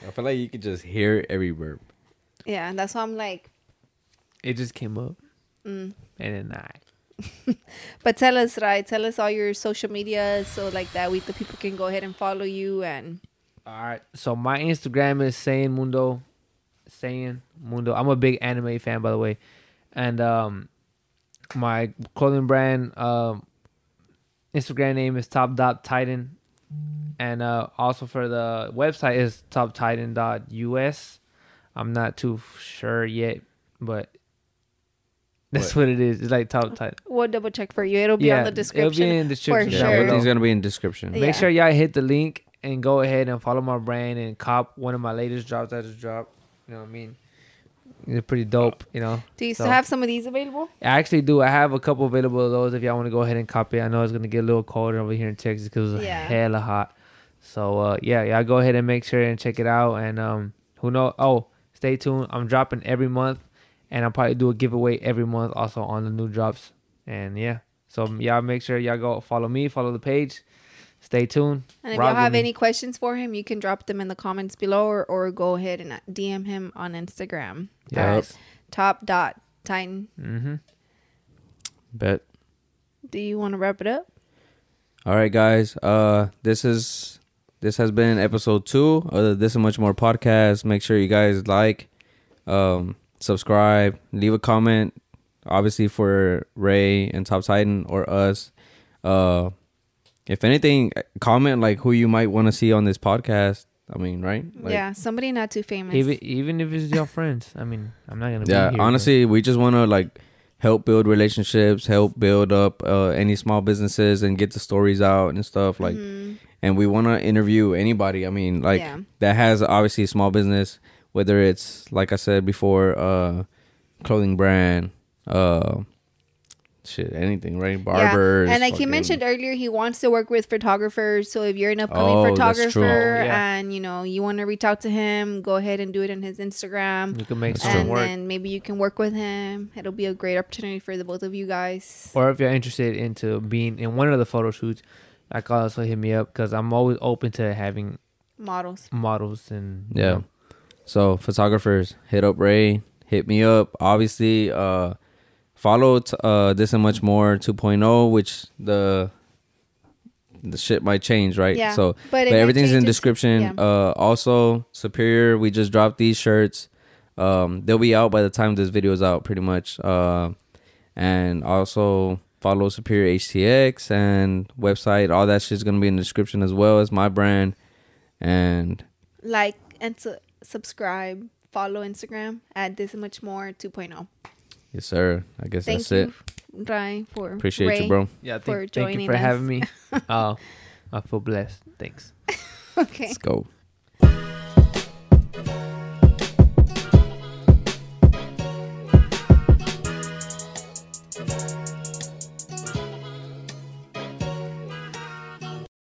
B: I feel like you could just hear every verb.
A: yeah. That's why I'm like,
C: It just came up. And then I.
A: but tell us, right? Tell us all your social media so like that we the people can go ahead and follow you and
C: All right. So my Instagram is saying Mundo, saying Mundo. I'm a big anime fan, by the way, and um, my clothing brand um, Instagram name is Top Dot Titan, and uh, also for the website is TopTitan.us. I'm not too f- sure yet, but that's what, it is. It's like Top Titan.
A: we'll double check for you. It'll be on the description.
C: It'll be in the description.
A: For
B: Yeah,
A: sure.
B: everything's gonna be in description.
A: Yeah.
C: Make sure y'all hit the link and go ahead and follow my brand and cop one of my latest drops I just dropped. You know what I mean? They're pretty dope, you know.
A: Do you
C: So-
A: still have some of these available?
C: I actually do. I have a couple available of those if y'all want to go ahead and copy. I know it's gonna get a little colder over here in Texas because it's
A: Yeah.
C: hella hot. So uh, yeah, y'all go ahead and make sure and check it out. And um, who know? Oh, stay tuned. I'm dropping every month, and I'll probably do a giveaway every month also on the new drops. And yeah, so y'all make sure y'all go follow me, follow the page. Stay tuned.
A: And if
C: Rock
A: y'all have
C: with me.
A: any questions for him, you can drop them in the comments below or, or go ahead and DM him on Instagram.
B: Yep.
A: at Top dot Titan.
C: Mm-hmm.
B: Bet.
A: Do you want to wrap it up?
B: All right, guys. Uh, this is this has been episode two of the This and Much More podcast. Make sure you guys like, um, subscribe, leave a comment. Obviously for Ray and Top Titan or us. Uh, if anything, comment like who you might want to see on this podcast. I mean, right? Like,
A: yeah, somebody not too famous.
C: Even even if it's your friends, I mean, I'm not gonna.
B: yeah
C: be here,
B: honestly we just want to like help build relationships help build up uh, any small businesses and get the stories out and stuff like and we want to interview anybody i mean like
A: Mm-hmm. Yeah.
B: that has obviously a small business whether it's like i said before uh clothing brand uh shit anything right
A: Yeah,
B: barbers
A: And like he
B: fucking-
A: mentioned earlier, he wants to work with photographers. So if you're an upcoming
B: Oh, that's true.
A: photographer
C: Oh, yeah.
A: and you know you want to reach out to him, go ahead and do it on his
C: but
A: Instagram.
C: you can make
B: That's
C: something
A: And
C: work.
A: then maybe you can work with him. It'll be a great opportunity for the both of you guys.
C: or if you're interested into being in one of the photo shoots, I can also hit me up because I'm always open to having
A: Models.
C: models and you
B: Yeah.
C: know,
B: So photographers, hit up Ray, hit me up. Obviously, uh follow t- uh this and much more 2.0 which the the shit might change, right?
A: Yeah,
B: So
A: but
B: but,
A: it might
B: everything's in
A: change,
B: description.
A: yeah.
B: Uh also Superior, we just dropped these shirts. Um they'll be out by the time this video is out pretty much. Uh and also follow Superior HTX and website. All that shit's going to be in the description as well as my brand and
A: Like and su- subscribe. Follow Instagram at this and much more 2.0
B: Yes, sir. I guess
A: Thank
B: that's
A: you,
B: it.
A: Rai, for
B: Appreciate
A: Ray.
B: you, bro.
C: yeah. Thank,
A: For
C: thank you
A: joining
C: for
A: us.
C: having me. Oh, I feel blessed. Thanks.
A: Okay.
B: Let's go.